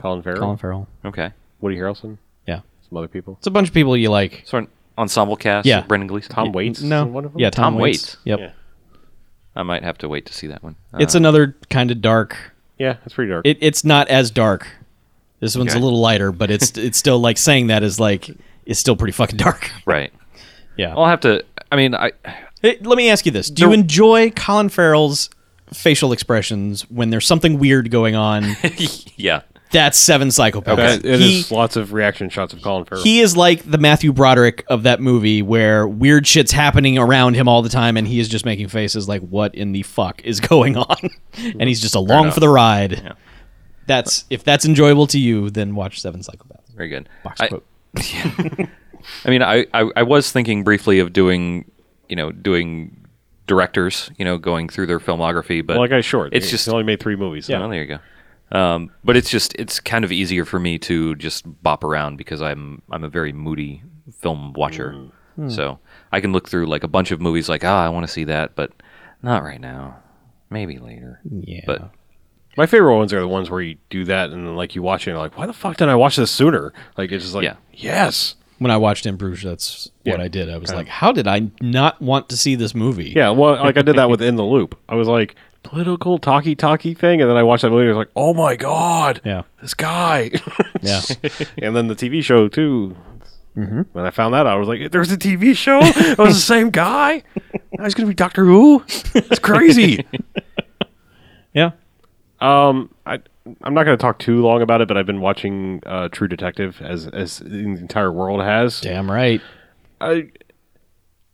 Colin Farrell,
Colin Farrell.
Okay,
Woody Harrelson,
Yeah.
some other people.
It's a bunch of people you like.
so an ensemble cast.
Yeah.
Brendan Gleeson.
Tom Waits.
No.
is one of them?
Yeah,
Tom
Tom, Waits.
Waits.
Yep.
Yeah.
I might have to wait to see that one. Uh,
It's another kind of dark.
yeah, it's pretty dark.
It, it's not as dark. This one's
Okay.
a little lighter, but
<laughs>
it's it's still like saying that is like it's still pretty fucking dark.
right.
Yeah.
I'll have to. I mean, I <laughs>
Hey, let me ask you this: Do you enjoy Colin Farrell's facial expressions when there's something weird
<laughs>
going on?
yeah.
That's seven psychopaths.
That- it
he,
is lots of reaction shots of Colin Farrell.
he is like the Matthew Broderick of that movie, where weird shit's happening around him all the time, and he is just making faces like, "What in the fuck is going on?" <laughs> and he's just along for the ride. That's if that's enjoyable to you, then watch Seven Psychopaths.
Very good.
Box
I,
quote.
<laughs> I mean, I, I I was thinking briefly of doing, you know, doing directors, you know, going through their filmography, but
well, that guy's short.
It's
He-
just
he only made three movies.
Well, there you go. Um, but it's just it's kind of easier for me to just bop around because I'm I'm a very moody film watcher.
Mm. Hmm.
So I can look through like a bunch of movies like ah I want to see that but not right now. Maybe later.
Yeah.
But
My favorite ones are the ones where you do that and like you watch it and you're like, why the fuck didn't I watch this sooner? Like it's just like,
Yeah.
yes.
When I watched In Bruges, that's what
Yeah.
I did. I was like, "How did I not want to see this movie?"
Yeah, well, like I did
<laughs>
that with In the Loop. I was like political talkie talkie thing, and then I watched that movie. and I was like, oh my god,
Yeah.
this guy. <laughs>
yeah.
and then the TV show too.
Mm-hmm.
When I found that, out, I was like, "There's a TV show. It was the same guy. Now he's gonna be Doctor Who. That's crazy."
<laughs> Yeah.
Um, I I'm not going to talk too long about it, but I've been watching uh, True Detective as as the entire world has.
Damn right.
I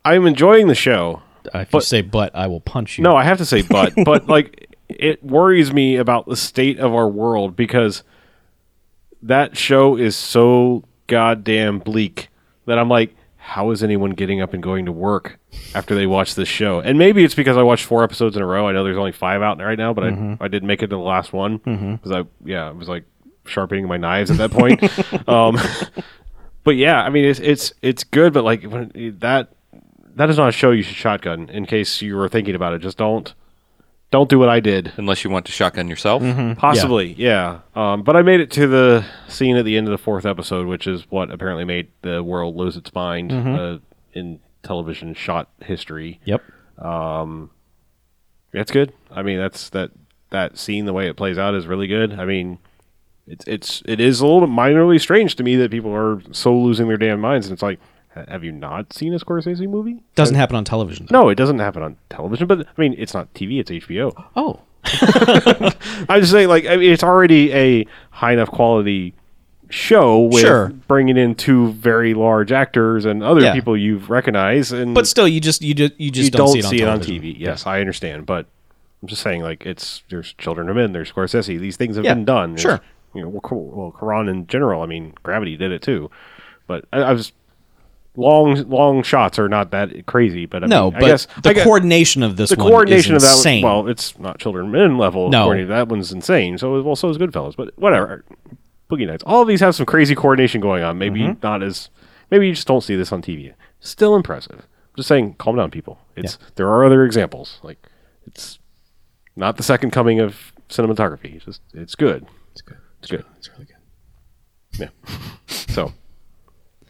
I'm enjoying the show.
If you
But-
say "but," I will punch you.
No, I have to say, but but like it worries me about the state of our world because that show is so goddamn bleak that I'm like, how is anyone getting up and going to work after they watch this show? And maybe it's because I watched four episodes in a row. I know there's only five out right now, but I I did make it to the last one because I yeah I was like sharpening my knives at that point. um, <laughs> but yeah, I mean it's it's it's good, but like when that that is not a show you should shotgun. In case you were thinking about it, just don't don't do what I did.
unless you want to shotgun yourself.
Mm-hmm. Possibly, yeah. Um, but I made it to the scene at the end of the fourth episode, which is what apparently made the world lose its mind uh, in television shot history.
Yep.
That's good. I mean, that's that that scene the way it plays out is really good. I mean, it's it's it is a little bit minorly strange to me that people are so losing their damn minds, and it's like, "Ha- have you not seen a Scorsese movie?
Doesn't happen on television. Though.
No, it doesn't happen on television, but I mean, it's not TV; it's HBO.
Oh.
I'm just saying, like, I mean, it's already a high enough quality show with
Sure.
bringing in two very large actors and other
Yeah.
people you've recognized, and
But still, you just you just you
you
just
don't,
see it on television.
TV. Yes, I understand, but I'm just saying, like, it's there's Children of Men, there's Scorsese. These things have
Yeah,
been done. There's,
sure.
you know, well, Qu- well, Quran in general. I mean, Gravity did it too, but I, I was long long shots are not that crazy. But I
No,
mean,
but
I guess
the
I gue-
coordination of this
the
one
coordination
is
of that
insane.
well it's not children of men level
No.
coordinated. that one's insane so well so is goodfellas but whatever boogie nights all of these have some crazy coordination going on maybe
Mm-hmm.
not as maybe you just don't see this on tv still impressive I'm just saying calm down people it's there are other examples like it's not the second coming of cinematography it's just it's good it's good it's good
It's really good.
yeah <laughs> so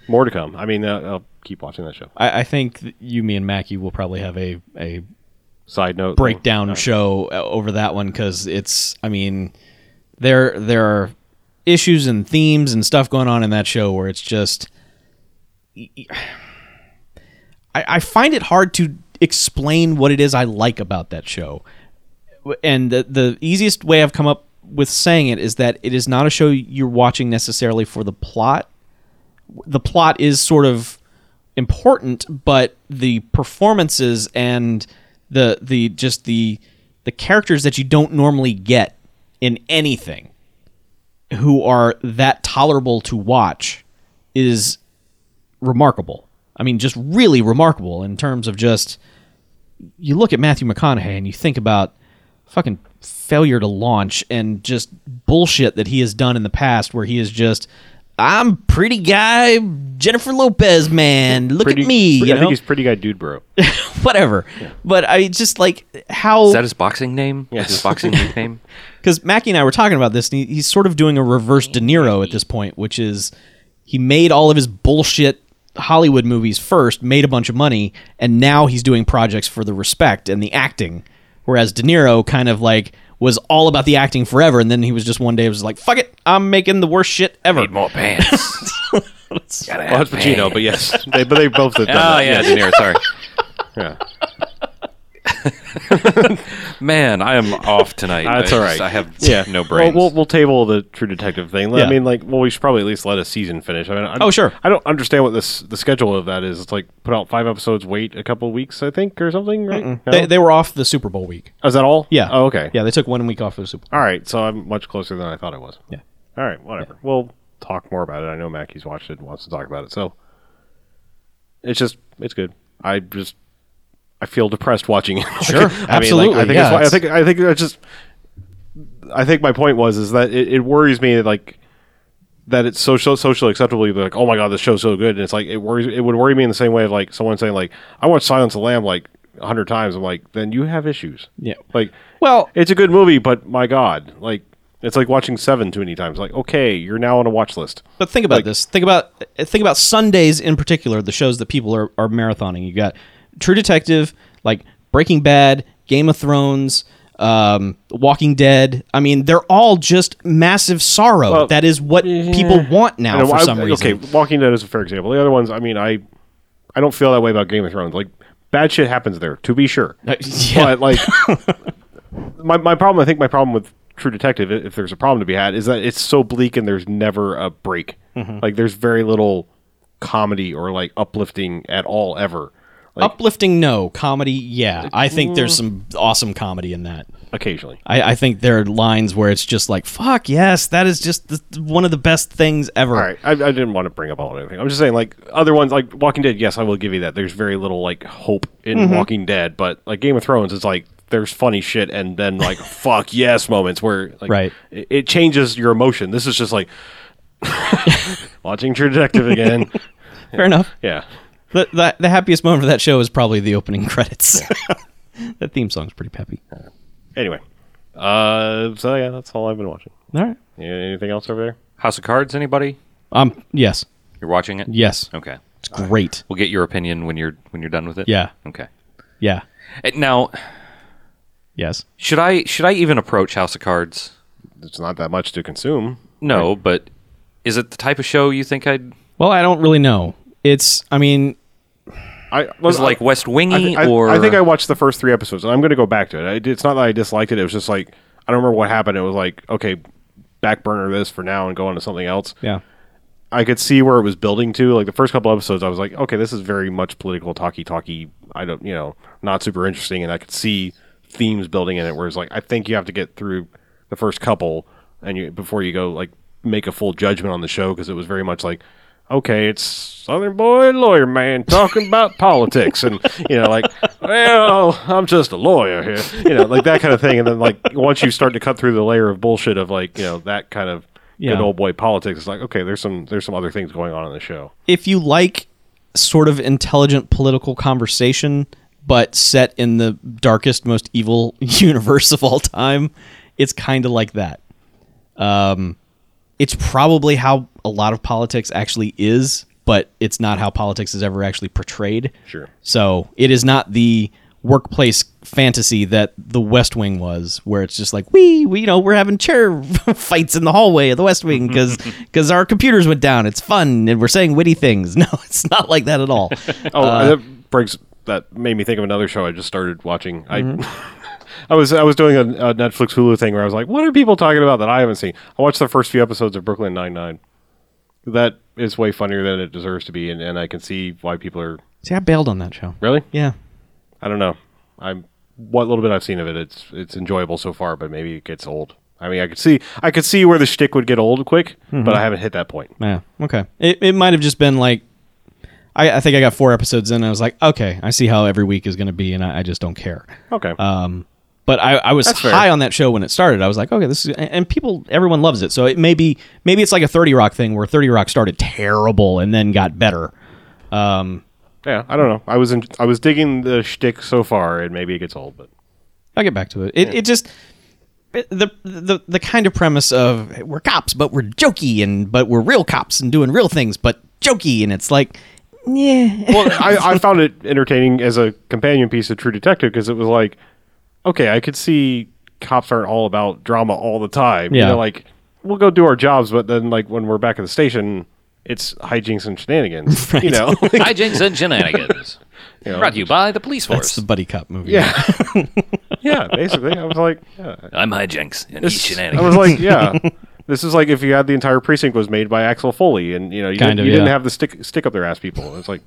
more to come i mean uh, i'll keep watching that show
I, I think that you, me, and Mackie will probably have a a
side note
breakdown show uh, over that one because it's I mean there there are issues and themes and stuff going on in that show where it's just <sighs> I, I find it hard to explain what it is I like about that show and the, the easiest way I've come up with saying it is that it is not a show you're watching necessarily for the plot the plot is sort of important, but the performances and the the just the the characters that you don't normally get in anything who are that tolerable to watch is remarkable. I mean, just really remarkable in terms of just you look at Matthew McConaughey and you think about fucking failure to launch and just bullshit that he has done in the past where he is just I'm pretty guy Jennifer Lopez man look
pretty,
at me
pretty-
you
i think
know
he's pretty guy dude bro
whatever but I just like how
Is that his boxing name? Yes. His
<laughs>
boxing nickname?
because Mackie and I were talking about this, and he, he's sort of doing a reverse De Niro at this point, which is he made all of his bullshit Hollywood movies first, made a bunch of money, and now he's doing projects for the respect and the acting. Whereas De Niro kind of like was all about the acting forever, and then he was just one day was like, "Fuck it, I'm making the worst shit ever."
Need more
<laughs>
pants. Gotta
well
have
it's pacino but yes <laughs> they, but they both have done
Oh
that.
yeah, De Niro. <laughs> Sorry,
Yeah.
man, I am off tonight.
That's
I
all
just-
right.
I have no brains.
Well, we'll, we'll table the True Detective thing. I
Yeah.
mean, like, well, we should probably at least let a season finish. I mean, I,
Oh, sure.
I don't understand what this the schedule of that is. It's like put out five episodes, wait a couple weeks, I think, or something. Right? No?
They, they were off the Super Bowl week.
is that all?
Yeah.
Oh, okay.
Yeah, they took one week off of the Super. Bowl.
All right. So I'm much closer than I thought I was.
Yeah.
All right. Whatever. We'll talk more about it. I know Mackie's watched it and wants to talk about it. So it's just it's good. I just I feel depressed watching it. <laughs> Like,
Sure.
I mean,
Absolutely.
like, I think
Yeah,
it's, I
it's-
think I think it's just I think my point was is that it, it worries me that like that it's so, so socially acceptable. You'd be like, oh my god, this show's so good, and it's like it worries. It would worry me in the same way of like someone saying like I watched Silence of the Lamb like a hundred times. I'm like, then you have issues.
Yeah.
Like
Well,
it's a good movie, but my God, like it's like watching Seven too many times. Like, okay, you're now on a watch list.
But think about
Like-
this. Think about think about Sundays in particular, the shows that people are, are marathoning. You got True Detective, like Breaking Bad, Game of Thrones, um, Walking Dead. I mean, they're all just massive sorrow.
Well,
that is what people want now
And
for
I-
some reason.
Okay, Walking Dead is a fair example. The other ones, I mean, I I don't feel that way about Game of Thrones. Like bad shit happens there, to be sure.
Uh, yeah.
But
<laughs>
like my my problem, I think my problem with True Detective, i- if there's a problem to be had, is that it's so bleak and there's never a break.
Mm-hmm.
Like there's very little comedy or like uplifting at all ever. Like mm.
Uplifting, no comedy. Yeah, I think there's some awesome comedy in that.
occasionally.
I, I think there are lines where it's just like, "Fuck yes, that is just the, one of the best things ever."
All right, I, I didn't want to bring up all everything. I'm just saying, like other ones, like Walking Dead. Yes, I will give you that. There's very little like hope in Walking Dead, but like Game of Thrones, it's like there's funny shit and then like fuck yes moments where like
Right.
it, it changes your emotion. This is just like <laughs> watching True Detective again.
Fair enough.
yeah,
the, the, the happiest moment of that show is probably the opening credits. <laughs> that theme song's pretty peppy.
Anyway, uh, so yeah, that's all I've been watching.
All right.
Yeah, Anything else over there?
House of Cards. Anybody?
Um. Yes.
You're watching it?
Yes.
Okay.
It's great.
We'll get your opinion when you're when you're done with it.
Yeah.
Okay.
Yeah.
Uh, Now,
Yes.
should I should I even approach House of Cards?
It's not that much to consume.
No, but is it the type of show you think I'd
Well, I don't really know. It's. I mean,
I
was like West Wingy
I, thi- I-
or
I think
<laughs>
I watched the first three episodes, and I'm going to go back to it. I, it's not that I disliked it; it was just like I don't remember what happened. It was like okay, back burner this for now and go on to something else.
yeah.
I could see where it was building to. Like the first couple episodes, I was like, okay, this is very much political talky talky. I don't, you know, not super interesting. And I could see themes building in it, where it's like, I think you have to get through the first couple and you before you go like make a full judgment on the show because it was very much like, okay, it's Southern boy lawyer man talking about <laughs> politics and you know like, well, I'm just a lawyer here, you know, like that kind of thing. And then like once you start to cut through the layer of bullshit of like you know that kind of
Yeah.
good old boy politics. It's like, okay, there's some there's some other things going on in the show.
if you like sort of intelligent political conversation but set in the darkest most evil <laughs> universe of all time it's kind of like that um, it's probably how a lot of politics actually is but it's not how politics is ever actually portrayed
Sure.
so it is not the workplace fantasy that the West Wing was, where it's just like we, we you know, we're having chair <laughs> fights in the hallway of the West Wing because our computers went down. It's fun and we're saying witty things. <laughs> No, it's not like that at all.
Oh, that brings that made me think of another show I just started watching. I <laughs> I was I was doing a, a Netflix Hulu thing where I was like, what are people talking about that I haven't seen? I watched the first few episodes of Brooklyn Nine Nine. That is way funnier than it deserves to be, and, and I can see why people are
See, I bailed on that show.
really.
Yeah,
I don't know. I'm what little bit I've seen of it. It's it's enjoyable so far, but maybe it gets old. I mean, I could see I could see where the shtick would get old quick, but I haven't hit that point.
yeah, okay. It it might have just been like. I, I think I got four episodes in. And I was like, okay, I see how every week is going to be, and I, I just don't care.
Okay.
Um, but I, I was
fair.
high on that show when it started. I was like, okay, this is, and and people, everyone loves it. So it maybe, maybe it's like a Thirty Rock thing where Thirty Rock started terrible and then got better. Um,
Yeah, I don't know. I was in, I was digging the shtick so far, and maybe it gets old,
<laughs>
but
I'll get back to it. It, it just it- the, the the kind of premise of "Hey, we're cops, but we're jokey and but we're real cops and doing real things, but jokey, and it's like, yeah,
well, I, I found it entertaining as a companion piece of True Detective because it was like, okay, I could see cops aren't all about drama all the time.
Yeah.
you know, like we'll go do our jobs, but then like when we're back at the station, it's hijinks and shenanigans.
<laughs>
You know,
hijinks and
<laughs>
shenanigans. Brought to you by the police
that's
force.
the buddy cop movie.
yeah, <laughs> yeah. Basically, I was like, yeah.
I'm hijinks and he's
I
shenanigans.
was like,
<laughs>
yeah. This is like if you had the entire precinct was made by Axel Foley, and you know you,
Kind
didn't,
of,
you didn't
yeah.
have the stick stick up their ass people. It's like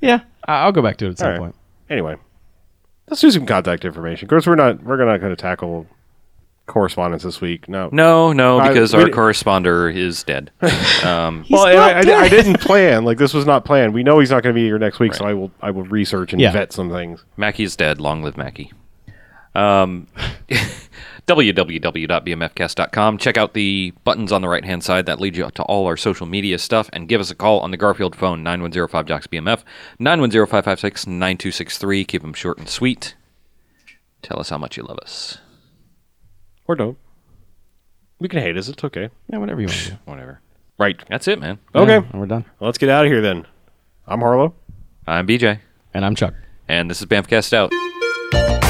yeah. I- I'll go back to it at some
All right.
point.
Anyway, let's do some contact information. Of course, we're not we're not going to tackle correspondence this week. No,
no, no,
I-
because
we
our
di-
corresponder is
<laughs>
dead. Um,
Well, and
not
I, I di- I, didn't plan. Like this was not planned. We know he's not going to be here next week, so I will I will research and
Yeah.
vet some things.
Mackey's dead. Long live Mackey. Um, <laughs> www.bmfcast.com. Check out the buttons on the right hand side that lead you to all our social media stuff and give us a call on the Garfield phone 9105 Jocks BMF 910 556 9263. Keep them short and sweet. Tell us how much you love us.
Or don't. We can hate us. It's okay.
Yeah, whatever you want to do.
Whatever.
Right.
That's it, man.
Okay.
Yeah, and we're done.
Let's get out of here then. I'm Harlow.
I'm BJ,
And I'm Chuck.
and this is Bamfcast Out.